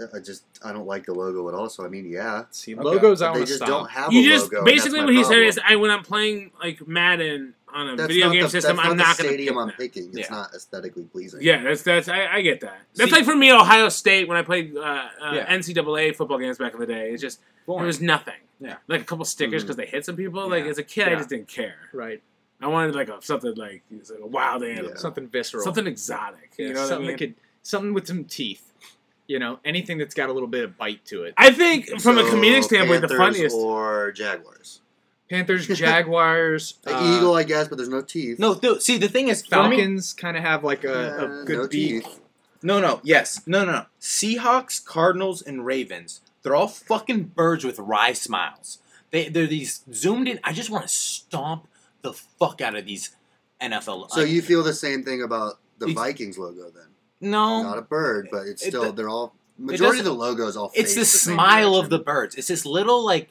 E: Uh, I just I don't like the logo at all. So I mean, yeah,
G: See,
F: Okay.
G: logos I
E: they
G: want to
E: just
G: stop.
E: don't have.
D: You
E: a
D: just
E: logo, and that's
D: basically
E: my
D: what he
E: problem.
D: said is, I when I'm playing like Madden on a
E: That's
D: video
E: not
D: game
E: the,
D: system,
E: that's
D: I'm
E: not,
D: not
E: the
D: gonna pick
E: stadium I'm
D: that.
E: picking. It's
F: Yeah.
E: not aesthetically pleasing.
D: Yeah, that's that's I, I get that. That's
F: See-
D: like for me, Ohio State when I played uh, uh,
F: Yeah.
D: NCAA football games back in the day. It's just there was nothing.
F: Yeah. Mm-hmm.
D: like a couple stickers
E: Mhm.
D: because they hit some people.
F: Yeah.
D: Like as a kid, I
F: Yeah.
D: just didn't care.
G: Right.
D: I wanted like a, something like, it's like a wild animal,
E: Yeah.
G: Something visceral.
D: something exotic.
G: Yeah,
D: you know what I
G: something
D: mean?
G: that could something with some teeth. You know, anything that's got a little bit of bite to it.
D: I think from a
E: So,
D: comedic standpoint, the
E: Panthers
D: funniest.
E: or Jaguars,
G: Panthers, Jaguars,
E: The
G: uh,
E: eagle, I guess, but there's no teeth.
F: No, th- see the thing is, for me-
G: Falcons kind of have like a,
E: Uh,
G: a good
E: no
G: beak.
E: teeth.
F: no, no, yes, no, no, no. Seahawks, Cardinals, and Ravens. They're all fucking birds with wry smiles. They they're these zoomed in. I just want to stomp the fuck out of these NFL.
E: So you feel the same thing about the
F: Ex-
E: Vikings logo then?
F: no
E: Not a bird, but it's
F: It-
E: still
F: it-
E: they're all majority of the logos all.
F: it's
E: face
F: the,
E: same
F: smile of the
E: direction.
F: birds. It's this little like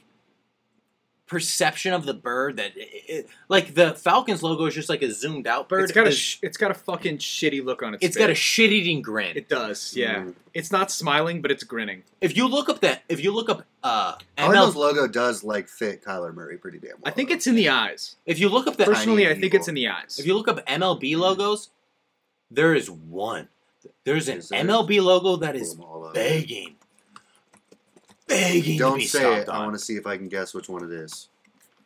F: perception of the bird that it, it- like the Falcons logo is just like a zoomed out bird.
G: It's got a
F: It's-
G: sh- it's got a fucking shitty look on its.
F: it's got a
G: face.
F: shit eating grin.
G: it does. Yeah.
E: Mm.
G: It's not smiling, but it's grinning.
F: if you look up that, if you look up uh
E: Cardinals
F: ML,
E: logo does like fit Kyler Murray pretty damn
G: I
E: well.
G: think it's in the eyes.
F: if you look up the
G: Personally, I
E: Tiny
G: think
E: eagle.
G: it's in the eyes.
F: if you look up MLB logos, there is one. There's an
E: Is there- Oh
F: MLB logo that
E: Pull
F: is
E: them all up.
F: begging, begging to
E: Don't
F: be
E: say
F: stopped
E: it. I
F: on.
E: want to see if I can guess which one it is.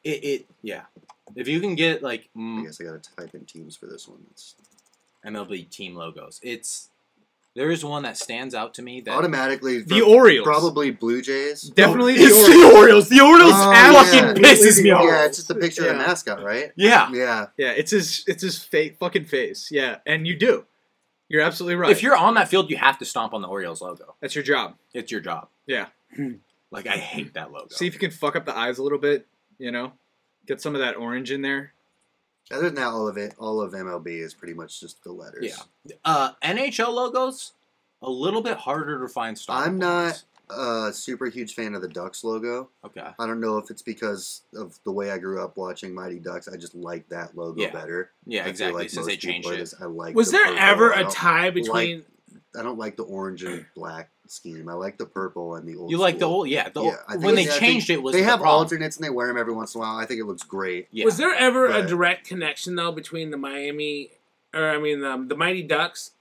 F: It, it yeah. If you can get like mm,
E: I guess I gotta type in teams for this one. It's
F: MLB team logos. It's There is one that stands out to me that
E: Automatically,
G: The
E: for-
G: Orioles.
E: Probably Blue Jays.
G: Definitely the
C: It's the
G: Orioles.
C: Orioles. The Orioles
E: Oh,
C: fucking
E: yeah.
C: pisses me off.
E: Yeah, it's just the picture of
G: Yeah.
E: the mascot, right?
C: Yeah.
E: Yeah.
G: Yeah, it's his it's his fa- fucking face. Yeah, and you do. You're absolutely right.
F: if you're on that field, you have to stomp on the Orioles logo.
G: That's your job.
F: It's your job.
G: Yeah.
F: Like I hate that logo.
G: See if you can fuck up the eyes a little bit. You know, get some of that orange in there.
E: Other than that, all of it, all of MLB is pretty much just the letters.
F: Yeah. uh, NHL logos a little bit harder to find. Stomp
E: I'm
F: on
E: not-
F: those.
E: Uh, super huge fan of the Ducks logo.
F: okay.
E: I don't know if it's because of the way I grew up watching Mighty Ducks. I just like that logo
F: Yeah.
E: better. I
F: Yeah,
E: feel
F: exactly.
E: like
F: Since they
E: most people
F: changed
E: are
F: it,
E: just- I like.
D: Was
E: the
D: there
E: purple.
D: ever
E: I
D: a
E: don't-
D: tie between?
E: I don't like the orange and black scheme. I like the purple and the old.
F: you like the
E: school.
F: old, yeah. The old,
E: Yeah, I think
F: when they
E: it's- I think
F: changed it was
E: They
F: the
E: have
F: problem.
E: alternates and they wear them every once in a while. I think it looks great.
F: Yeah.
D: Was there ever a
E: But-
D: direct connection though between the Miami, or I mean um, the, the Mighty Ducks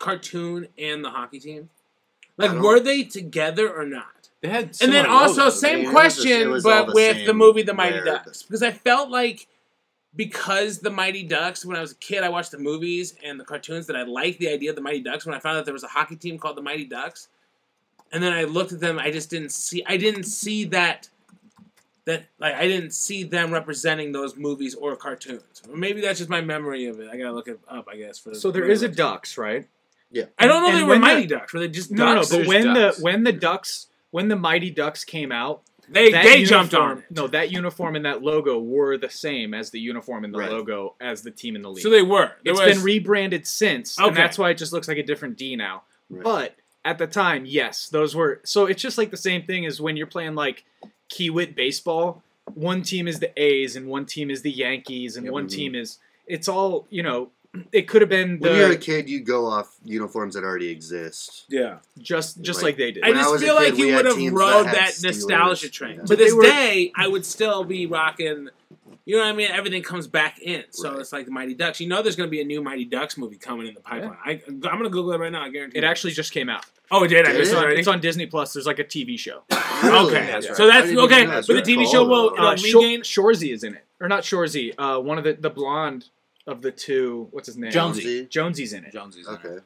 D: cartoon and the hockey team? Like,
E: don't-
D: were they together or not?
F: they had
D: And then
F: similar
D: also,
F: logos.
E: I mean,
D: same
E: it was just- it
D: question,
E: was all
D: but
E: the
D: with the
E: same
D: movie The Mighty
E: layer,
D: Ducks, because I felt like because the Mighty Ducks, when I was a kid, I watched the movies and the cartoons that I liked the idea of the Mighty Ducks. When I found out there was a hockey team called the Mighty Ducks, and then I looked at them, I just didn't see, I didn't see that. That like I didn't see them representing those movies or cartoons. Maybe that's just my memory of it. I gotta look it up, I guess. For
G: So there is a ducks, right?
D: I don't know.
G: and
D: they were
G: when
D: Mighty
G: the-
D: Ducks. Were they just
G: No, no.
D: ducks?
G: But
F: There's
G: when
F: ducks.
G: the when the ducks when the mighty ducks came out,
D: they
G: that
D: they jumped
G: uniform-
D: on it.
G: No, that uniform and that logo were the same as the uniform and the
E: Right.
G: logo as the team in the league.
D: So they were. There
G: It's
D: was,
G: been rebranded since, and
D: Okay.
G: that's why it just looks like a different D now.
E: Right.
G: But at the time, yes, those were. So it's just like the same thing as when you're playing like Kiwit baseball. One team is the A's, and one team is the Yankees, and
F: Yep.
G: one
E: Mhm.
G: team is. It's all you know. It could have been
E: when you're a
G: the
E: kid, you go off uniforms that already exist.
D: yeah.
G: just just
E: like-
G: like they did.
D: I
E: When I
D: just
E: was a
D: feel
E: kid,
D: like
E: we
D: you
E: had
D: would have
E: teams
D: rode
E: that had
D: that nostalgia
E: Steelers,
D: train.
E: yeah.
D: To
G: But they
D: this
G: were-
D: day, I would still be rocking. You know what I mean? Everything comes back in, so
E: Right.
D: it's like the Mighty Ducks. You know, there's going to be a new Mighty Ducks movie coming in the pipeline. I, I'm going to Google it right now. I guarantee.
G: It
D: you.
G: actually just came out.
D: Oh, it did. I
E: Did
D: missed
G: It's
D: it
E: it?
G: on,
D: already.
G: it's on Disney Plus. There's like a TV show.
D: Okay,
E: Really?
F: That's right.
D: so
E: I
D: that's
E: didn't even
D: okay.
E: know that's
D: But the
E: what
D: TV
E: it's
D: show will
E: called,
D: it'll
G: Uh, Shor-
D: regain.
G: Shorzy is in it, or not Shorzy? Uh, one of the the blonde of the two. What's his name?
F: Jonesy.
G: Jonesy's in it.
F: Jonesy's in it.
E: Okay.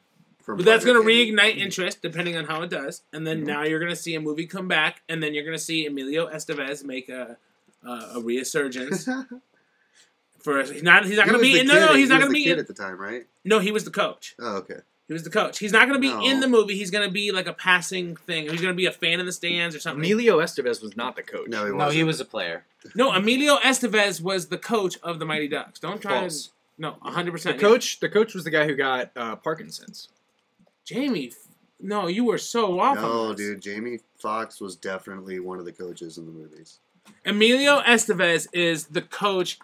E: From
D: But that's going to
E: Leather Kitty.
D: reignite interest, depending on how it does.
E: Mm-hmm.
D: And then now you're going to see a movie come back, and then you're going to see Emilio Estevez make a uh, a resurgence. For he's not, he's not
E: He
D: going to
E: was
D: be
E: the
D: in, no,
E: kid-
D: no,
E: he
D: he's not
E: was
D: going
E: the
D: to be
E: kid
D: in,
E: at the time, right?
D: no, he was the coach.
E: Oh, okay.
D: He was the coach. He's not going to be
E: No.
D: in the movie. He's going to be like a passing thing. He's going to be a fan in the stands or something.
G: Emilio Estevez was not the coach.
E: No, he wasn't.
F: No, he was a player.
D: no, Emilio Estevez was the coach of the Mighty Ducks. Don't try
G: False.
D: to. No, 100%.
G: The coach, the coach was the guy who got uh, Parkinson's.
D: Jamie, f- no, you were so off. on
E: No,
D: this.
E: dude. Jamie Foxx was definitely one of the coaches in the movies.
D: Emilio Estevez is the coach.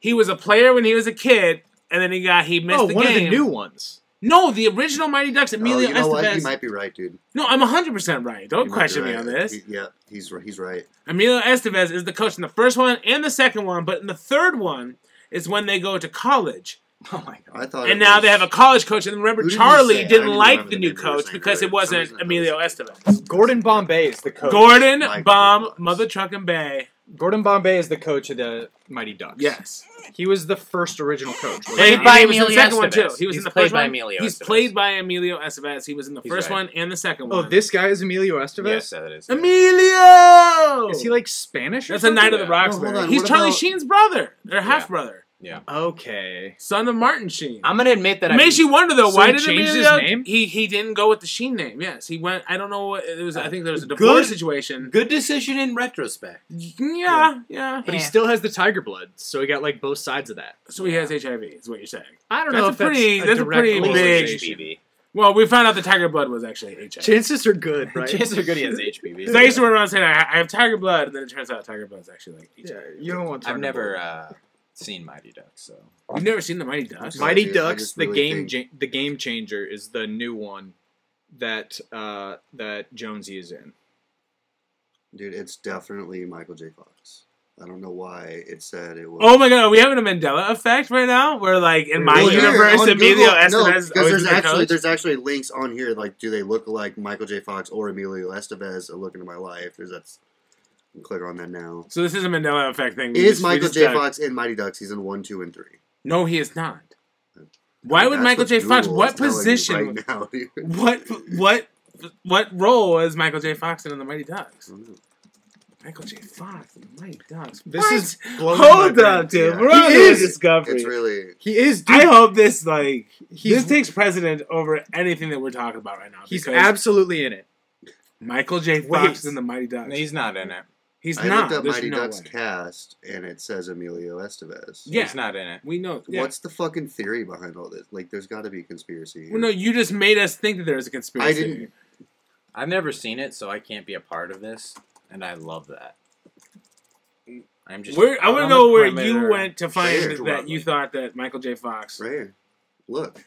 D: He was a player when he was a kid, and then he got, he missed
G: oh,
D: the
G: one
D: game.
G: of the new ones.
D: no, the original Mighty Ducks, Emilio
E: oh, you know what?
D: Estevez.
E: He might be right, dude.
D: no, I'm 100% right. Don't
E: He might be
D: question me
E: right.
D: on this.
E: He- yeah, he's ri- he's right.
D: Emilio Estevez is the coach in the first one and the second one, but in the third one is when they go to college.
F: Oh my god.
E: I thought.
D: And
E: it
D: now
E: was-
D: they have a college coach. And remember,
E: Who did you
D: Charlie
E: say? I don't
D: didn't
E: even
D: like
E: remember
D: the
E: the
D: new
E: name of the
D: coach
E: same
D: because
E: grade. For
D: it
E: some
D: wasn't
E: reason I
D: Emilio Estevez.
G: Gordon Bombay is the coach.
D: Gordon
E: Michael
D: Bomb
E: Fox.
D: Mother Truck and Bay.
G: Gordon Bombay is the coach of the Mighty Ducks.
D: Yes.
G: he was the first original coach. wasn't
F: Played
G: he?
D: And
F: by
D: he was in the
F: Emilio
D: second one, too.
F: Estevez.
D: He
F: He's
D: was in the
F: played
D: first
F: by
D: one.
F: Emilio
D: He's
F: Estevez.
D: played by Emilio Estevez. He was in the
F: He's
D: first
F: right.
D: one and the second
G: oh,
D: one.
G: this guy is Emilio Estevez.
F: Yes, that is. it.
D: Emilio!
G: Is he like Spanish? Or
D: That's a
G: something?
D: Knight of the
F: Yeah.
D: Rocks.
E: No, hold on,
D: He's
E: what
D: Charlie
E: about-
D: Sheen's brother, or half brother,
G: Okay.
D: son of Martin Sheen.
F: I'm gonna admit that
D: It makes
F: I
D: you wonder though.
G: So
D: why
G: he
D: did
G: changed his
D: Emilio-
G: name?
D: He he didn't go with the Sheen name. Yes, he went. I don't know. what It was. I think there was a
F: Good.
D: divorce situation.
F: good decision in retrospect.
D: Yeah, yeah.
G: But he still has the tiger blood, so he got like both sides of that.
D: So he has HIV. Is what you're saying?
G: I don't
D: That's
G: know
D: a
G: if
D: pretty-
G: that's
D: that's a
G: a, direct
D: pretty big-
G: correlation.
F: HPV.
D: Well, we found out the Tiger Blood was actually HIV.
G: Chances are good, right?
F: Chances are good he has HPV.
D: So I used to run around saying I I have Tiger Blood, and then it turns out Tiger Blood's actually like HIV.
G: Yeah, you don't want.
F: I've
G: tiger blood.
F: never uh, seen Mighty Ducks, so
D: You've never seen the Mighty Ducks?
E: My-
G: Mighty
E: dude, uh, I
G: Ducks,
E: just
G: the
E: really
G: game,
E: think-
G: ja- the game changer is the new one that uh, that Jonesy is in.
E: Dude, it's definitely Michael J. Fox. I don't know why it said it was.
D: Oh my god, are we having a Mandela effect right now? Where like in my
E: Well, here,
D: universe,
E: on
D: Emilio
E: Google- no,
D: Estevez is
E: because
D: always
E: there's
D: the
E: actually
D: coach.
E: there's actually links on here like do they look like Michael J. Fox or Emilio Estevez? A look into my life. There's that's. you can Click on that now.
D: So this is a Mandela effect thing.
E: It
D: We
E: is
D: just- we
E: Michael
D: just
E: J.
D: dug-
E: Fox in Mighty Ducks season one, two, and three.
D: No, he is not. Why would
E: That's
D: Michael
E: what
D: J. Fox?
E: Google
D: What
E: is telling you
D: position?
E: Right now, dude.
D: What what what role was Michael J. Fox in, the Mighty Ducks? Michael J. Fox, the Mighty Ducks.
G: This
D: What?
G: is blowing
D: hold
G: my brain.
D: up, dude.
E: Yeah.
D: We're on
G: He
D: to a
G: is.
D: discovery.
E: It's really
G: He is, dude.
D: I hope this like
G: he's
D: this takes precedent over anything that we're talking about right now.
G: he's
D: because
G: absolutely in it.
D: Michael J. Fox
G: Wait.
D: is in the Mighty Ducks.
F: No,
D: He's,
F: he's not in it.
E: I
D: not.
E: looked up
D: There's
E: Mighty
D: no
E: Ducks
D: way.
E: cast and it says Emilio Estevez.
D: Yeah.
F: He's not in it.
D: We know. Yeah.
E: What's the fucking theory behind all this? Like, there's got to be a conspiracy.
D: Well, no, you just made us think that there was a conspiracy.
E: I didn't.
F: I've never seen it, so I can't be a part of this, and I love that. I'm just.
D: Where I
F: out
D: want to
F: on the
D: know where
F: perimeter.
D: you went to find
E: Sure.
D: that you thought that Michael J. Fox.
E: Right here. Look.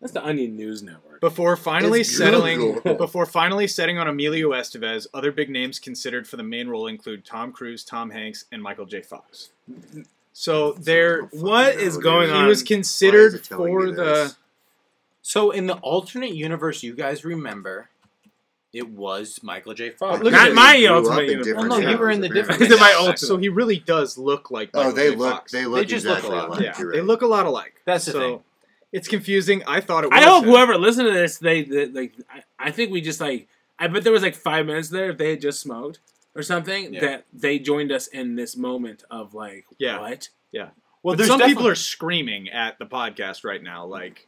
D: That's the Onion News Network.
G: Before finally
E: It's
G: settling,
E: Google.
G: before finally setting on Emilio Estevez, other big names considered for the main role include Tom Cruise, Tom Hanks, and Michael J. Fox. So there,
D: What is going
G: he
D: on?
G: was
E: Why is
G: considered
E: it telling
G: for
E: me
G: the.
E: this?
F: So in the alternate universe, you guys remember, it was Michael J. Fox.
G: Look at
D: Not
G: this.
D: my
E: Grew up
D: ultimate
E: in
D: universe.
E: different
F: Well, no, you were in the
E: towns, apparently.
F: different-
D: Is it my
F: Yeah.
D: ultimate?
G: So he really does look like.
E: Oh,
G: Michael
E: they
G: J.
E: look.
G: Fox.
E: They look
F: just look
E: exactly
F: alike.
E: alike.
G: Yeah,
E: You're
G: they
E: right.
G: look a lot alike.
F: That's the
G: so
F: thing.
G: It's confusing. I thought it. was
D: I hope
G: a-
D: whoever listened to this, they, they like. I, I think we just like. I bet there was like five minutes there if they had just smoked or something
F: Yeah.
D: that they joined us in this moment of like
G: Yeah.
D: what
G: Well,
F: But
G: there's
F: some
G: some
F: people
G: people are screaming at the podcast right now, like,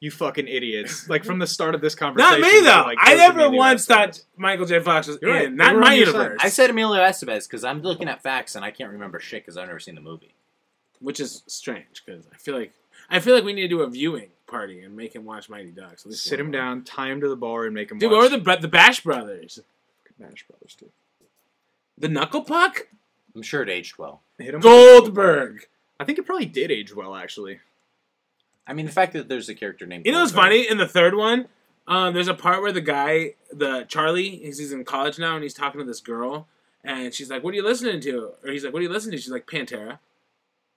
G: "You fucking idiots!" Like from the start of this
D: not
G: conversation.
D: me
G: they're
D: though
G: like,
D: I
G: "Those
D: never
G: Emilio
D: once
G: Estevez."
D: thought Michael J Fox was
G: You're right.
D: in
G: They
D: not
G: were
D: my
G: on your
D: universe
F: I said Emilio Estevez because I'm looking at facts and I can't remember shit because I've never seen the movie.
D: which is strange because I feel like I feel like we need to do a viewing party and make him watch Mighty Ducks at least
G: Sit
D: one
G: him
D: of them.
G: down, tie him to the bar, and make him.
D: dude
G: watch
D: or the Br- the Bash Brothers
G: Smash Brothers, dude.
D: the Knuckle Puck
F: I'm sure it aged well.
G: Hit him
D: Goldberg
G: I think it probably did age well, actually.
F: I mean, the fact that there's a character named
D: You know what's
F: Goldberg-
D: funny? In the third one, um, there's a part where the guy, the Charlie, he's, he's in college now, and he's talking to this girl, and she's like, "What are you listening to?" Or he's like, "What are you listening to?" She's like, "Pantera."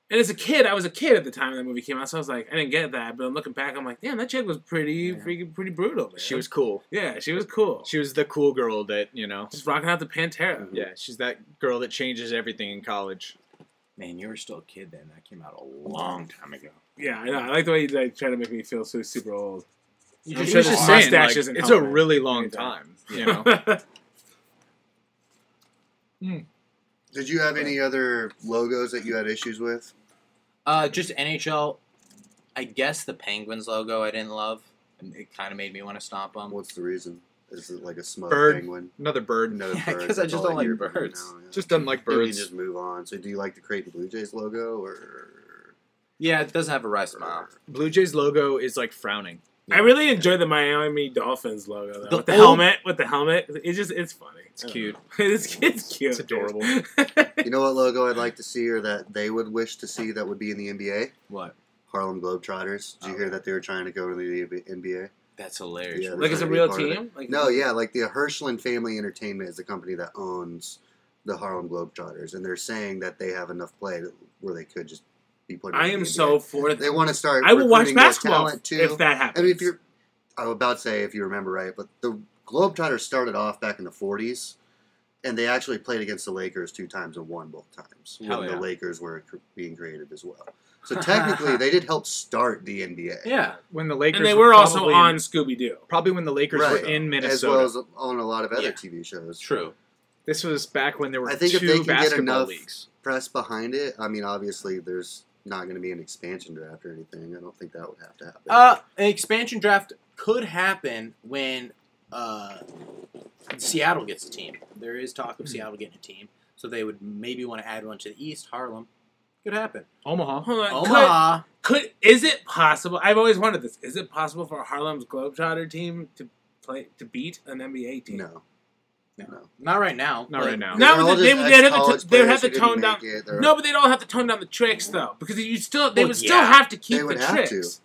D: And as a kid, I was a kid at the time that movie came out, so I was like, I didn't get that. But I'm looking back, I'm like, damn, that chick was pretty, freaking, pretty brutal. Man.
G: She was cool.
D: yeah, she was cool. She
G: She was the cool girl that you know.
D: was just rocking out the Pantera.
G: Yeah, she's that girl that changes everything in college.
F: Man, you were still a kid then. That came out a long time ago.
D: yeah, I know. I like the way you like trying to make me feel so super old.
F: You
D: I'm
F: just,
G: He
D: sure
F: you
G: was
D: this
G: just
F: just
G: saying,
D: mustache
G: like,
D: isn't
G: it's a
D: helping
G: really long
D: anything.
G: time. You know.
E: Did you have any other logos that you had issues with?
F: uh, just NHL. I guess the Penguins logo I didn't love. And it kind of made me want to stomp them.
E: What's the reason? Is it like a smug
G: Bird.
E: penguin?
G: Another bird.
E: Another
F: Yeah,
E: bird.
F: 'cause I
E: That's
F: just
E: all
F: don't like
E: hear about
F: birds.
E: now, yeah.
G: Just doesn't like
E: Maybe we
G: birds.
E: just move on. So, do you like the Creighton Blue Jays logo or?
F: Yeah, it doesn't have a rice smile.
G: Blue Jays logo is like frowning.
D: I really enjoy the Miami Dolphins logo though.
F: The
D: with the
F: old-
D: helmet, with the helmet, it's just it's funny.
G: It's cute.
D: it's, it's cute.
G: It's adorable.
E: You know what logo I'd like to see, or that they would wish to see that would be in the NBA?
F: What?
E: Harlem Globetrotters. Did you hear that they were trying to go to the NBA?
F: That's hilarious.
E: Yeah,
D: like it's a real team. Like,
E: No, yeah, like the Hirschland Family Entertainment is the company that owns the Harlem Globetrotters, and they're saying that they have enough play to, where they could just be put. in
D: I
E: the
D: am
E: NBA.
D: so for
E: They
D: that.
E: want to start.
D: I will watch
E: recruiting more
D: basketball
E: talent, too.
D: if that happens.
E: I mean, if you're, I was about to say if you remember right, but the Globetrotters started off back in the '40s, and they actually played against the Lakers two times and won both times when
F: Hell yeah.
E: the Lakers were cr- being created as well. So technically, they did help start the NBA.
F: Yeah.
G: When the Lakers
D: and they were also
G: probably-
D: on Scooby Doo.
G: probably when the Lakers
E: Right.
G: were in
E: As
G: Minnesota.
E: well as on a lot of other
F: Yeah.
E: TV shows.
F: True.
G: this was back when there were
E: I think
G: two
E: if they can get
G: basketball
E: enough-
G: leagues.
E: Press behind it. I mean, obviously, there's not going to be an expansion draft or anything. I don't think that would have to happen.
F: Uh, an expansion draft could happen when uh, Seattle gets a team. There is talk of Seattle getting a team, so they would maybe want to add one to the East. Harlem could happen.
G: Omaha.
D: Hold on,
F: Omaha.
D: Could, could is it possible? I've always wondered this. Is it possible for Harlem's Globetrotter team to play to beat an NBA team?
E: no. No.
F: Not right now.
G: Not
F: but
G: right now.
D: No,
E: They're
D: but
E: all
D: they-
E: just
D: they'd have to t-
E: ex-college
D: they'd have
E: players
D: to
E: who didn't
D: tone down-
E: make it. They're-
D: No, but they'd all have to tone down the tricks though, because you still they
F: Well,
D: would still
F: yeah.
D: have to keep
E: They would
D: the
E: have
D: tricks.
E: to.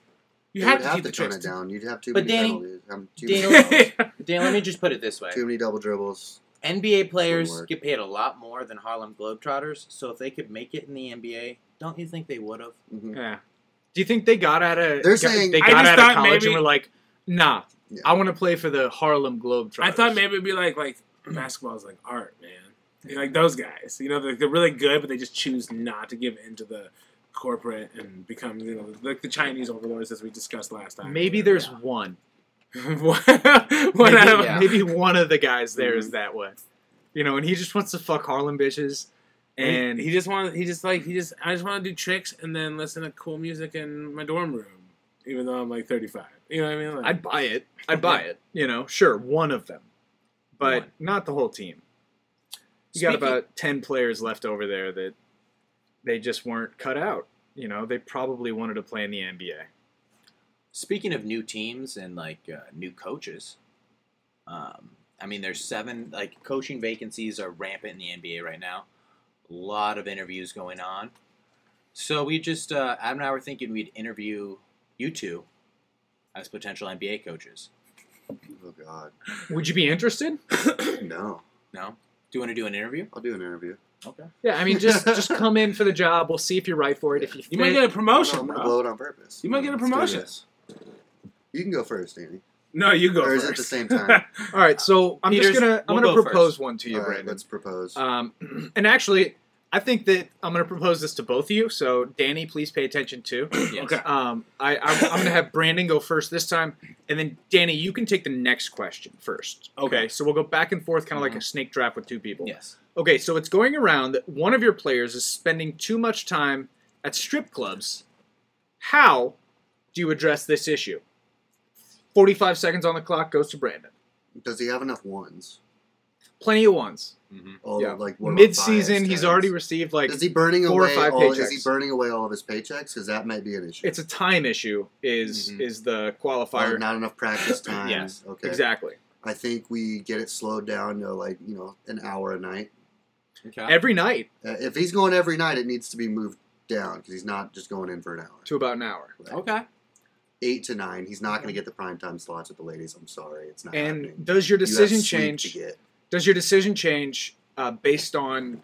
D: You
E: They
D: have
E: would
D: to keep the
E: tone
D: tricks.
E: it down. You'd have too
F: But
E: many
F: Danny-
E: penalties. Um, too,
F: Danny-
E: many fouls,
F: Dan, let me just put it this way:
E: too many double dribbles.
F: NBA players
E: Lord.
F: get paid a lot more than Harlem Globetrotters, so if they could make it in the NBA, don't you think they would have?
E: hmm
G: Yeah. Do you think they got out of?
E: They're
G: got-
E: saying-
G: they got
D: I just
G: out of
D: thought
G: college and
D: maybe-
G: were like, "Nah,
E: Yeah.
G: I want to play for the Harlem Globetrotters."
D: I thought maybe it'd be like like basketball is like art, man. You're like those guys, you know, they're, they're really good, but they just choose not to give in to the corporate and become you know like the Chinese overlords as we discussed last time.
G: Maybe there's one.
D: one, one
G: maybe,
D: out of
F: yeah.
G: maybe one of the guys there
E: Mm-hmm.
G: is that way. You know, and he just wants to fuck Harlem bitches.
D: and
G: And
D: he, just wanted he just like he just I just want to do tricks and then listen to cool music in my dorm room, even though I'm like 35. You know what I mean? Like,
G: I'd buy it. I'd buy it. You know, sure, one of them, but
F: One.
G: not the whole team. You got
F: Speaking-
G: about ten players left over there that they just weren't cut out. You know, they probably wanted to play in the NBA.
F: Speaking of new teams and like uh, new coaches, um, I mean, there's seven like coaching vacancies are rampant in the NBA right now. A lot of interviews going on. So we just uh, Adam and I were thinking we'd interview you two as potential NBA coaches.
E: Oh God,
G: Would you be interested?
E: no!
F: No, do you want to do an interview?
E: I'll do an interview.
F: Okay.
G: Yeah, I mean, just just come in for the job. We'll see if you're right for it. If you,
D: you might
G: fit.
D: get a
E: No,
D: promotion,
E: I'm gonna
D: bro.
E: blow it on purpose.
D: You might get
E: Oh,
D: a
E: Let's do
D: promotion.
E: this. You can go first, Danny.
D: No, you go
E: or is
D: first.
E: it at the same time?
G: all right. So I'm
F: Peters,
G: just gonna I'm
F: we'll
G: gonna
F: go
G: propose
F: first.
G: one to you,
E: All right,
G: Brandon.
E: let's propose.
G: Um, and actually, I think that I'm going to propose this to both of you. So, Danny, please pay attention too.
F: Yes.
D: Okay.
G: Um, I, I'm, I'm going to have Brandon go first this time, and then Danny, you can take the next question first.
D: Okay.
G: So we'll go back and forth, kind of like a snake draft with two people.
F: Yes.
G: Okay. So it's going around that one of your players is spending too much time at strip clubs. How do you address this issue? 45 seconds on the clock goes to Brandon.
E: Does he have enough ones?
G: Plenty of ones.
B: Mm-hmm.
E: Oh,
G: Yeah.
E: like one
G: Mid season, he's already
E: Like,
G: received like
E: is he burning
G: four or
E: away
G: five
E: all? Is he
G: paychecks.
E: burning away all of his paychecks? Because that might be an issue.
G: it's a time issue is
F: Mhm.
G: is the
E: Oh,
G: qualifier
E: not enough practice time.
G: Yes,
E: Okay.
G: exactly
E: I think we get it slowed down to like you know an hour a night.
F: Okay.
G: every night
E: Uh, if he's going every night, it needs to be moved down because he's not just going in for an hour.
G: to about an hour
F: okay.
E: Eight to nine, he's not going to get the prime time slots at the ladies. I'm sorry, it's not
G: and
E: happening.
G: does your
E: Ah, You have
G: decision
E: sleep to
G: change
E: get.
G: does your decision change uh, based on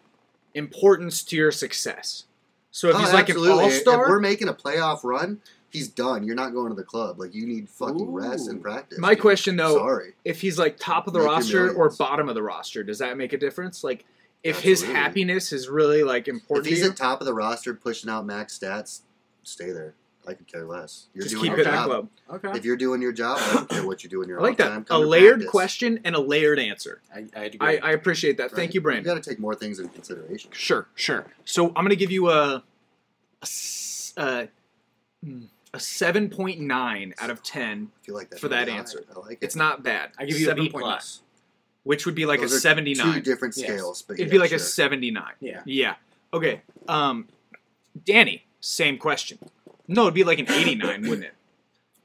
G: importance to your success so if
E: Oh,
G: he's like
E: absolutely.
G: an
E: If- if we're
G: all-star
E: making a playoff run, he's done. You're not going to the club. Like you need fucking rest and
F: Ooh.
E: practice.
G: my question though
E: Sorry.
G: if he's like top of the
E: Make your
G: roster or
E: millions.
G: bottom of the roster does that make a difference like if his
E: Absolutely.
G: happiness is really like
E: If
G: important
E: he's
G: to you,
E: at top of the roster pushing out max stats, stay there. I could care less. You're
G: just
E: doing
G: keep it
E: your
G: at
E: job.
G: club.
F: Okay.
E: If you're doing your job, I don't care what you do in your
G: I like
E: off time.
G: that. A
E: Come to
G: layered
E: practice.
G: question and a layered answer.
F: I, I agree.
G: I, I appreciate that. Thank
E: Right?
G: you, Brandon.
E: You got to take more things into consideration.
G: Sure, sure. So I'm going to give you a a, s- uh, mm, a 7.9 out of 10.
E: I feel like that
G: For that
E: high.
G: answer.
E: I like it.
G: It's not bad.
F: I give you a B
G: 7.9,
F: plus.
G: which would be like
E: Those
G: a
E: are Two
G: 79.
E: different
F: Yes.
E: scales, but
G: It'd
E: yeah,
G: be like
E: sure.
G: a 79.
F: Yeah.
G: Yeah. Okay. Um Danny, same question. No, it'd be like an 89, wouldn't it?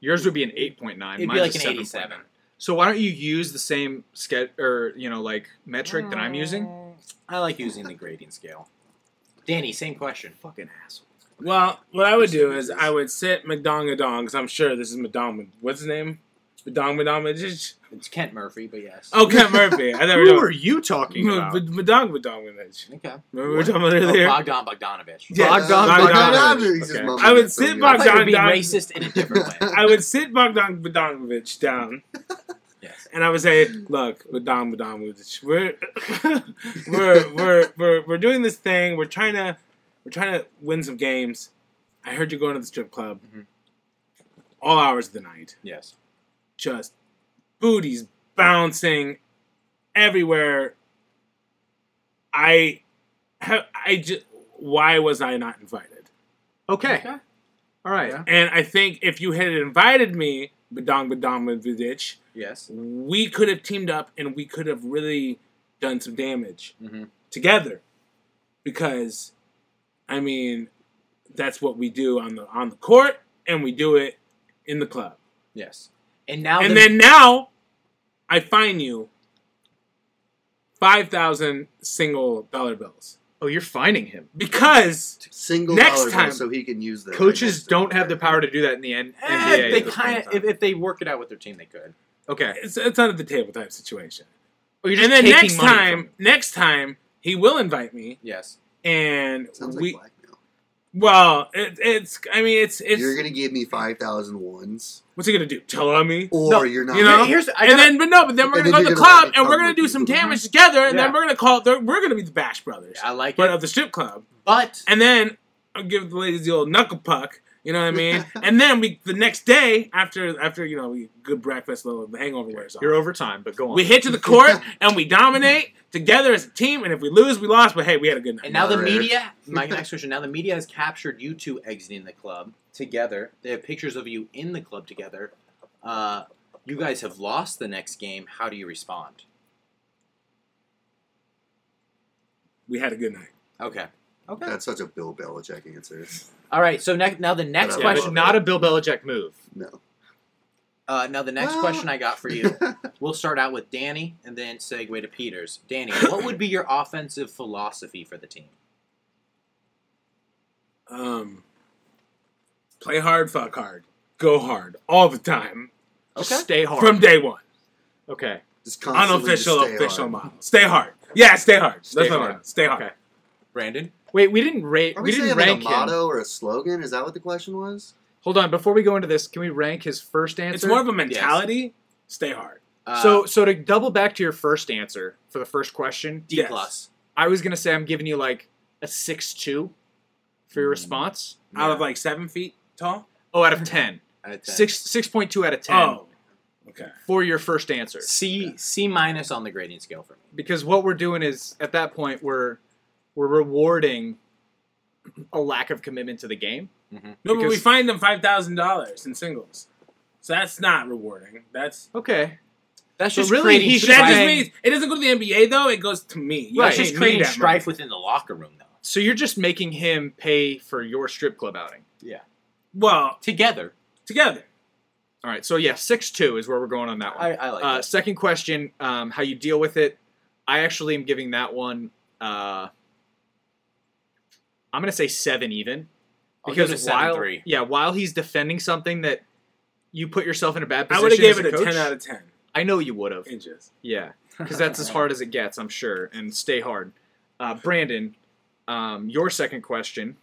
G: Yours would be an 8.9.
F: It'd be
G: mine's
F: like
G: a
F: an 87.
G: 7.9. So why don't you use the same ske- or you know like metric that I'm
F: Mm.
G: using?
F: I like using the grading scale. Danny, same question.
G: Fucking asshole.
D: Well, what I would do is I would sit McDongadong because I'm sure this is Madong. What's his name? Madong Madong.
F: It's Kent Murphy, but yes.
D: Oh, Ken Murphy. I never
G: Who are
D: know.
G: you talking about?
D: Madong Madong.
F: Okay.
D: Remember we were
F: What?
D: talking about it
F: Oh,
D: earlier?
F: Bogdan Bogdanovich.
D: Yeah.
G: Bogdan
D: Bogdan
G: Bogdanovich.
E: Bogdanovich. He's just
G: Okay.
E: mumbling
D: I would
E: it,
D: sit
E: so
F: I thought you were
D: Bogdan-
F: being
D: Bogdan-
F: racist in a different way.
D: I would sit Bogdan Bogdanovich down
F: Yes.
D: and I would say, "Look, Bogdan Bogdanovich, we're we're, we're we're we're doing this thing. We're trying to we're trying to win some games. I heard you're going to the strip club
G: Mm-hmm.
F: Mhm.
D: all hours of the night.
F: Yes.
D: Just booties bouncing everywhere. I have I just why was I not invited?
G: Okay. All right.
F: Yeah.
D: And I think if you had invited me, Badong Badomovich,
F: Yes.
D: we could have teamed up and we could have really done some damage
F: Mhm.
D: together. Because, I mean, that's what we do on the on the court, and we do it in the club.
F: Yes. And now
D: and
F: that-
D: then now, I fine you five thousand single dollar bills
G: Oh, you're finding him.
D: because
E: Single
D: Next
E: dollar
D: time.
E: bill so he can use them.
G: Coaches don't have the power to do that in the N-
F: eh,
G: NBA.
F: they
G: at this
F: kind
G: point
F: of
G: in
F: if,
G: time.
F: if they work it out with their team, they could.
G: okay.
D: it's it's under the table type situation.
G: Well, you're
D: And
G: just
D: then
G: taking
D: next
G: money from
D: time,
G: them.
D: next time he will invite me,
F: Yes.
D: and
E: Sounds like
D: we
E: blackmail.
D: well, it, it's I mean it's it's
E: You're gonna give me five thousand ones,
D: what's he gonna do? Tell on me?
E: or
F: No,
E: you're not.
D: you know?
F: Here's I
D: and
F: gotta-
D: then, but no, but then we're
E: And
D: gonna
E: then
D: go to
E: you're
D: the
E: gonna
D: club
E: make
D: and we're
E: fun
D: gonna
E: of
D: do
E: you.
D: some damage together, and
F: Yeah.
D: then we're gonna call. We're gonna be the Bash Brothers,
F: I like
D: but
F: it.
D: of the strip club.
F: But
D: And then I'll give the ladies the old knuckle puck. You know what I mean? and then we the next day after after you know we good breakfast, little the hangover wears off.
G: You're over time, but go on.
D: We hit to the court and we dominate together as a team. And if we lose, we lost. But hey, we had a good night.
F: And now the
E: Moderator.
F: media. My next question. Now the media has captured you two exiting the club together. They have pictures of you in the club together. Uh, you guys have lost the next game. How do you respond?
D: we had a good night.
F: Okay. Okay.
E: That's such a Bill Belichick answer.
F: All right. So next, now the next
E: Yeah,
G: yeah,
F: question.
G: but not a Bill Belichick move.
E: No.
F: Uh, now the next
E: Well-
F: question I got for you. We'll start out with Danny and then segue to Peters. Danny, what would be your offensive philosophy for the team?
D: Um, play hard, fuck hard, go hard all the time
G: Just Stay hard.
D: from day one.
G: okay.
E: Just constantly just
D: Unofficial,
E: stay
D: official
E: on.
D: model. Stay hard. Yeah, stay hard.
G: Stay
D: That's my
G: hard.
D: word. Stay hard.
G: Okay.
F: Brandon.
G: Wait, we didn't rate.
E: Are
G: we
E: we, saying
G: didn't
E: like a
G: rank him.
E: motto or a slogan? Is that what the question was?
G: Hold on, before we go into this, can we rank his first answer?
D: It's more of a mentality. Stay hard.
F: Uh,
G: so, so to double back to your first answer for the first question,
F: D
D: Yes.
F: plus.
G: I was gonna say I'm giving you like a six two for
E: Hmm.
G: your response.
D: Out of like seven feet tall.
G: Oh, out of ten.
F: Out of 10.
G: Six six point two out of ten
D: Oh, okay.
G: for your first answer.
F: C C minus on the grading scale for me.
G: Because what we're doing is at that point we're we're rewarding a lack of commitment to the game.
D: No, but we
G: Because-
D: fined them five thousand dollars in singles. So that's not rewarding. That's
G: Okay.
F: That's
G: But
F: just
G: really,
F: creating
G: he should
F: strife.
D: that just
G: Fine.
D: means it doesn't go to the NBA though. It goes to me. You
G: Right.
F: That's
D: guys
F: just
D: hate me
F: creating
D: that much.
F: strife within the locker room, though.
G: So you're just making him pay for your strip club outing.
D: Well,
F: Together,
D: together.
G: All right. So yeah, six two is where we're going on that one.
F: I, I like
G: uh,
F: that.
G: second question, um, how you deal with it. I actually am giving that one. Uh, I'm gonna say seven even
D: Oh,
F: I'll give it. a
G: while
F: 7-3.
G: yeah, while he's defending something that you put yourself in a bad position.
D: I would have gave
G: as
D: it a
G: coach,
D: ten out of ten
G: I know you would have.
D: inches.
G: Yeah, because that's as hard as it gets, I'm sure. And stay hard, uh, Brandon. Um, your second question.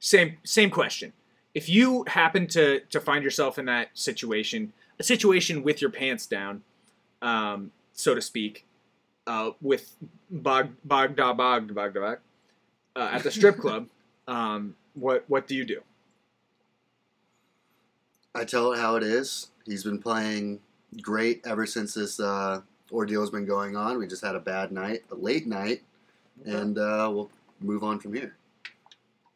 G: Same same question. If you happen to to find yourself in that situation, a situation with your pants down, um, so to speak, uh, with bog bog da bog bog da bog, uh, at the strip club, um, what what do you do?
E: I tell it how it is. He's been playing great ever since this uh, ordeal's been going on. We just had a bad night, a late night, and uh, we'll move on from here.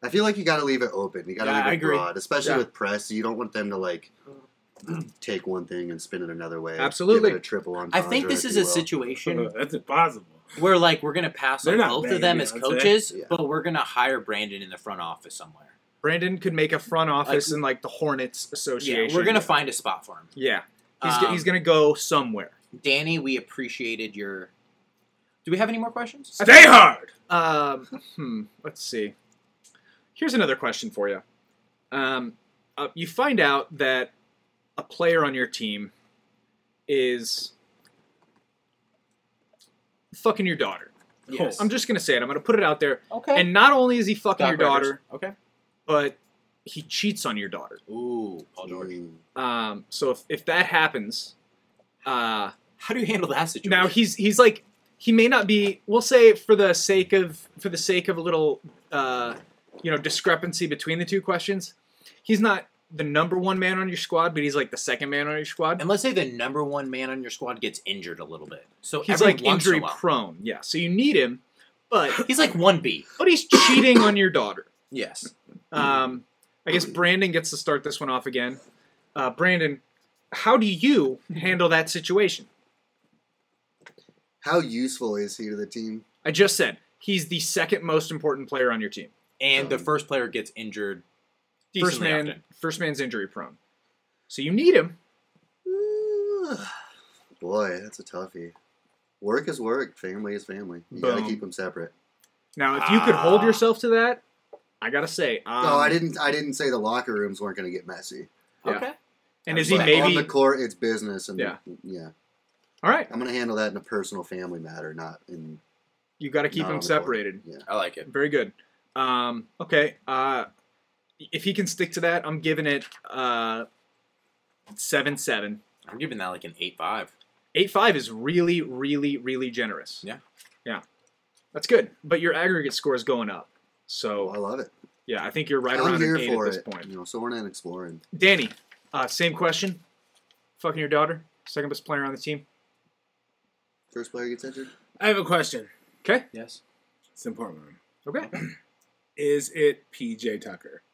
E: I feel like you got to leave it open. You got to
F: Yeah,
E: leave it
F: I agree.
E: broad, especially
G: Yeah.
E: with press. You don't want them to like take one thing and spin it another way.
G: Absolutely.
E: give it a triple on.
F: I think this is a situation
D: That's impossible.
F: where, like, we're gonna pass
D: They're
F: on
D: not
F: both
D: big,
F: of them
D: you
F: as
D: know what I'm
F: coaches,
E: saying? Yeah.
F: but we're gonna hire Brandon in the front office somewhere.
G: Brandon could make a front office in like the Hornets Association.
F: Yeah, we're gonna find a spot for him.
G: Yeah, he's, g-
F: Um,
G: he's gonna go somewhere.
F: Danny, we appreciated your. Do we have any more questions?
D: Stay hard.
G: Um, hmm, let's see. Here's another question for you. Um, uh, you find out that a player on your team is fucking your daughter. Oh,
F: Yes.
G: I'm just gonna say it. I'm gonna put it out there.
F: okay.
G: And not only is he fucking
F: Doc
G: your
F: Rivers.
G: daughter, but he cheats on your daughter.
F: Okay. Ooh, Paul George.
E: situation.
G: Um, so if, if that happens, uh,
F: How do you handle that situation?
G: Now he's he's like he may not be. We'll say for the sake of for the sake of a little uh, you know discrepancy between the two questions, he's not the number one man on your squad, but he's like the second man on your squad.
F: And let's say the number one man on your squad gets injured a little bit. So
G: He's
F: every once
G: like
F: in a
G: injury
F: while-
G: prone. Yeah, so you need him, but
F: He's like one B.
G: but he's cheating on your daughter.
F: Yes.
G: Um, I guess Brandon gets to start this one off again. Uh, Brandon, how do you handle that situation?
E: How useful is he to the team?
G: I just said he's the second most important player on your team.
F: And the
E: Um,
F: first player gets injured.
G: first
F: decently
G: man
F: often.
G: first man's injury prone. So you need him.
E: Boy, that's a toughie. Work is work. Family is family. You gotta
G: Boom.
E: keep them separate.
G: Now if you could hold
F: Ah.
G: yourself to that, I gotta say, um,
E: No, I didn't. I didn't say the locker rooms weren't going to get messy.
G: Yeah.
F: Okay.
G: And is he
E: But on
G: maybe
E: the court? It's business, and
G: Yeah.
E: yeah,
G: all right?
E: I'm going to handle that in a personal family matter, not in.
G: You gotta keep
E: Not
G: him
E: on the court.
G: separated.
F: I like it.
G: Very good. Um, okay. Uh, if he can stick to that, I'm giving it uh, seven seven.
F: I'm giving that like an eight five.
G: Eight five is really, really, really generous.
F: Yeah.
G: Yeah. That's good. But your aggregate score is going up.
E: Oh, I
G: So
E: love it.
G: Yeah, I think you're right
E: I'm
G: around
E: here
G: an eight at
E: for
G: this
E: it.
G: point.
E: You know, so we're not exploring.
G: Danny, uh, same question. Fucking your daughter, second best player on the team.
E: First player gets injured.
D: I have a question.
G: Okay.
F: Yes.
D: It's an important one.
G: Okay.
D: Is it PJ Tucker?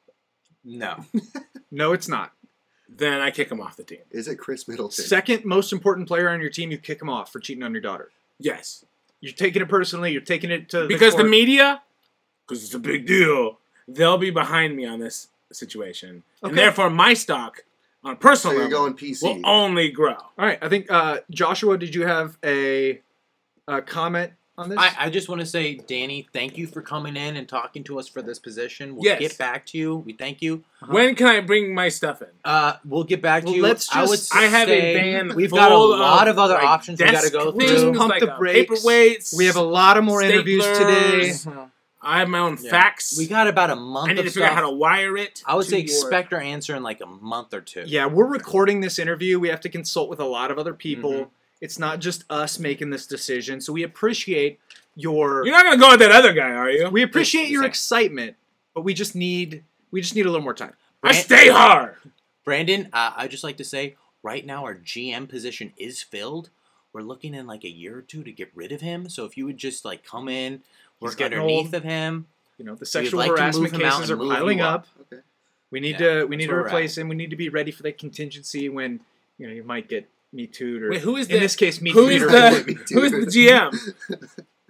F: No.
G: No, it's not.
D: Then I kick him off the team.
E: Is it Chris Middleton?
G: Second most important player on your team, you kick him off for cheating on your daughter.
D: Yes,
G: You're taking it personally. You're taking it to
D: because the
G: court.
D: media, because it's a big deal, they'll be behind me on this situation,
G: Okay.
D: and therefore my stock on a personal
E: So you're going
D: level
E: PC.
D: will
G: oh
D: only grow.
G: All right, I think uh, Joshua, did you have a, a comment on this?
F: I, I just want to say, Danny, thank you for coming in and talking to us for this position. We'll
D: Yes.
F: get back to you. We thank you.
D: When can I bring my stuff in?
F: Uh, we'll get back to
G: Well,
F: you.
G: let's
F: I, would
G: just-
D: I have
F: say
D: a van.
F: We've
D: full
F: got a lot of other
D: like,
F: options we got to
D: desk
F: go
D: things,
F: through.
G: Pump
D: like,
G: the
D: uh,
G: brakes.
D: paperweights.
G: we have a lot of more interviews today.
D: Staplers. I have my own
F: Yeah.
D: facts.
F: We got about a month.
D: I need
F: of
D: to figure out
F: stuff.
D: how to wire it.
F: I would
D: to
F: say
D: your-
F: expect our answer in like a month or two.
G: Yeah, we're recording this interview. We have to consult with a lot of other people. It's not just us making this decision. So we appreciate your
D: You're not gonna go with that other guy, are you?
G: we appreciate your
F: Exactly.
G: excitement, but we just need we just need a little more time.
D: I
F: Brand-
D: stay hard.
F: Brandon, uh, I just like to say, right now our GM position is filled. We're looking in like a year or two to get rid of him. So if you would just like come in, work
G: getting
F: underneath
G: old.
F: of him.
G: You know, the
F: would
G: sexual
F: like to
G: harassment
F: move him out
G: cases are
F: and move you
G: piling up.
F: up.
E: Okay.
G: We need
F: Yeah,
G: to we need
F: that's
G: to
F: where we're
G: replace him. We need to be ready for that contingency when you know you might get me tooed or
D: Wait, who is
G: in
D: the
G: this case me
D: who is
G: tooed or-
D: the-
E: Me too.
D: who is the GM?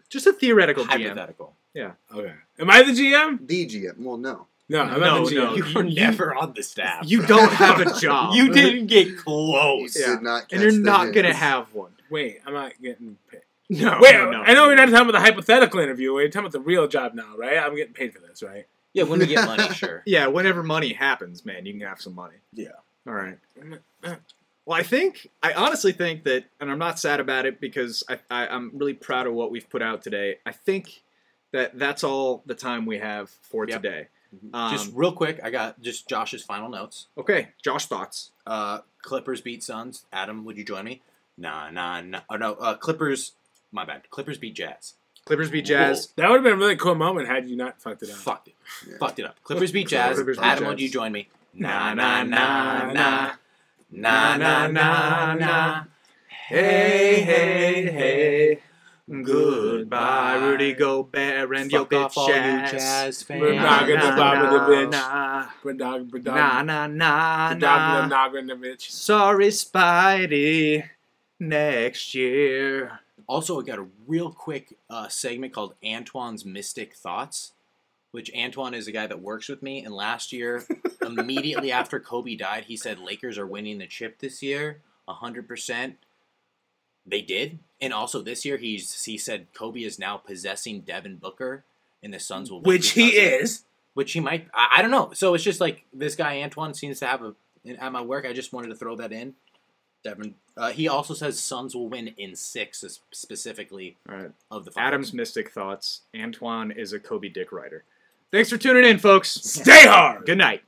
G: just a theoretical GM.
F: Hypothetical.
D: Okay. Am I the GM?
E: The GM. Well, no.
D: No, I'm
G: No,
D: not the
G: no,
D: GM.
G: you-
F: You were never on the staff.
G: You don't have a job.
F: You didn't get close.
E: You
G: Yeah.
E: did not.
G: and you're
E: catch the
G: not
E: hint.
G: gonna have one.
D: Wait, I'm not getting paid.
G: No,
D: Wait,
G: no, no.
D: I know we're not talking about the hypothetical interview. We're talking about the real job now, right? I'm getting paid for this, right?
F: Yeah, when we get money, sure.
G: Yeah, whenever money happens, man, you can have some money.
D: Yeah.
G: All right. Well, I think I honestly think that, and I'm not sad about it because I, I I'm really proud of what we've put out today. I think that that's all the time we have for
F: Yep.
G: today.
E: Mhm.
G: Um,
F: just real quick, I got just Josh's final notes.
G: okay, Josh thoughts.
F: Uh, Clippers beat Suns. Adam, would you join me? Nah, nah, nah. Oh, no, uh, Clippers. My bad. Clippers beat Jazz.
G: Clippers beat Jazz.
D: That would have been a really cool moment had you not fucked it up.
F: Fucked it.
E: Yeah.
F: Fucked it up. Clippers beat Jazz.
G: Clippers beat
F: Adam,
G: Jazz.
F: would you join me? Nah, nah, nah, nah. Nah, nah,
G: nah, nah,
F: nah,
G: nah.
F: nah.
G: Hey, hey, hey. Goodbye, Rudy Gobert and
F: Fuck
G: Jokic.
F: off all you
G: Jazz.
F: Jazz
D: We're not gonna
G: Nah,
F: fans.
D: stop with the
G: nah,
D: bitch.
G: nah.
D: Bradog, Bradog,
G: Nah, nah, nah,
D: Bradog,
G: nah.
D: Bradog,
G: Sorry, Spidey. Next year.
F: Also, I got a real quick uh, segment called Antoine's Mystic Thoughts, which Antoine is a guy that works with me. And last year, immediately after Kobe died, he said Lakers are winning the chip this year, hundred percent. They did, and also this year he's he said Kobe is now possessing Devin Booker, and the Suns will win
D: Which he
F: because of it.
D: is.
F: which he might. I, I don't know. So it's just like this guy Antoine seems to have a. and At my work, I just wanted to throw that in. Devin. Uh, he also says Suns will win in six s- specifically
G: All right.
F: of the finals.
G: Adam's Mystic Thoughts. Antoine is a Kobe Dick writer. Thanks for tuning in, folks.
D: Stay hard.
G: Good night.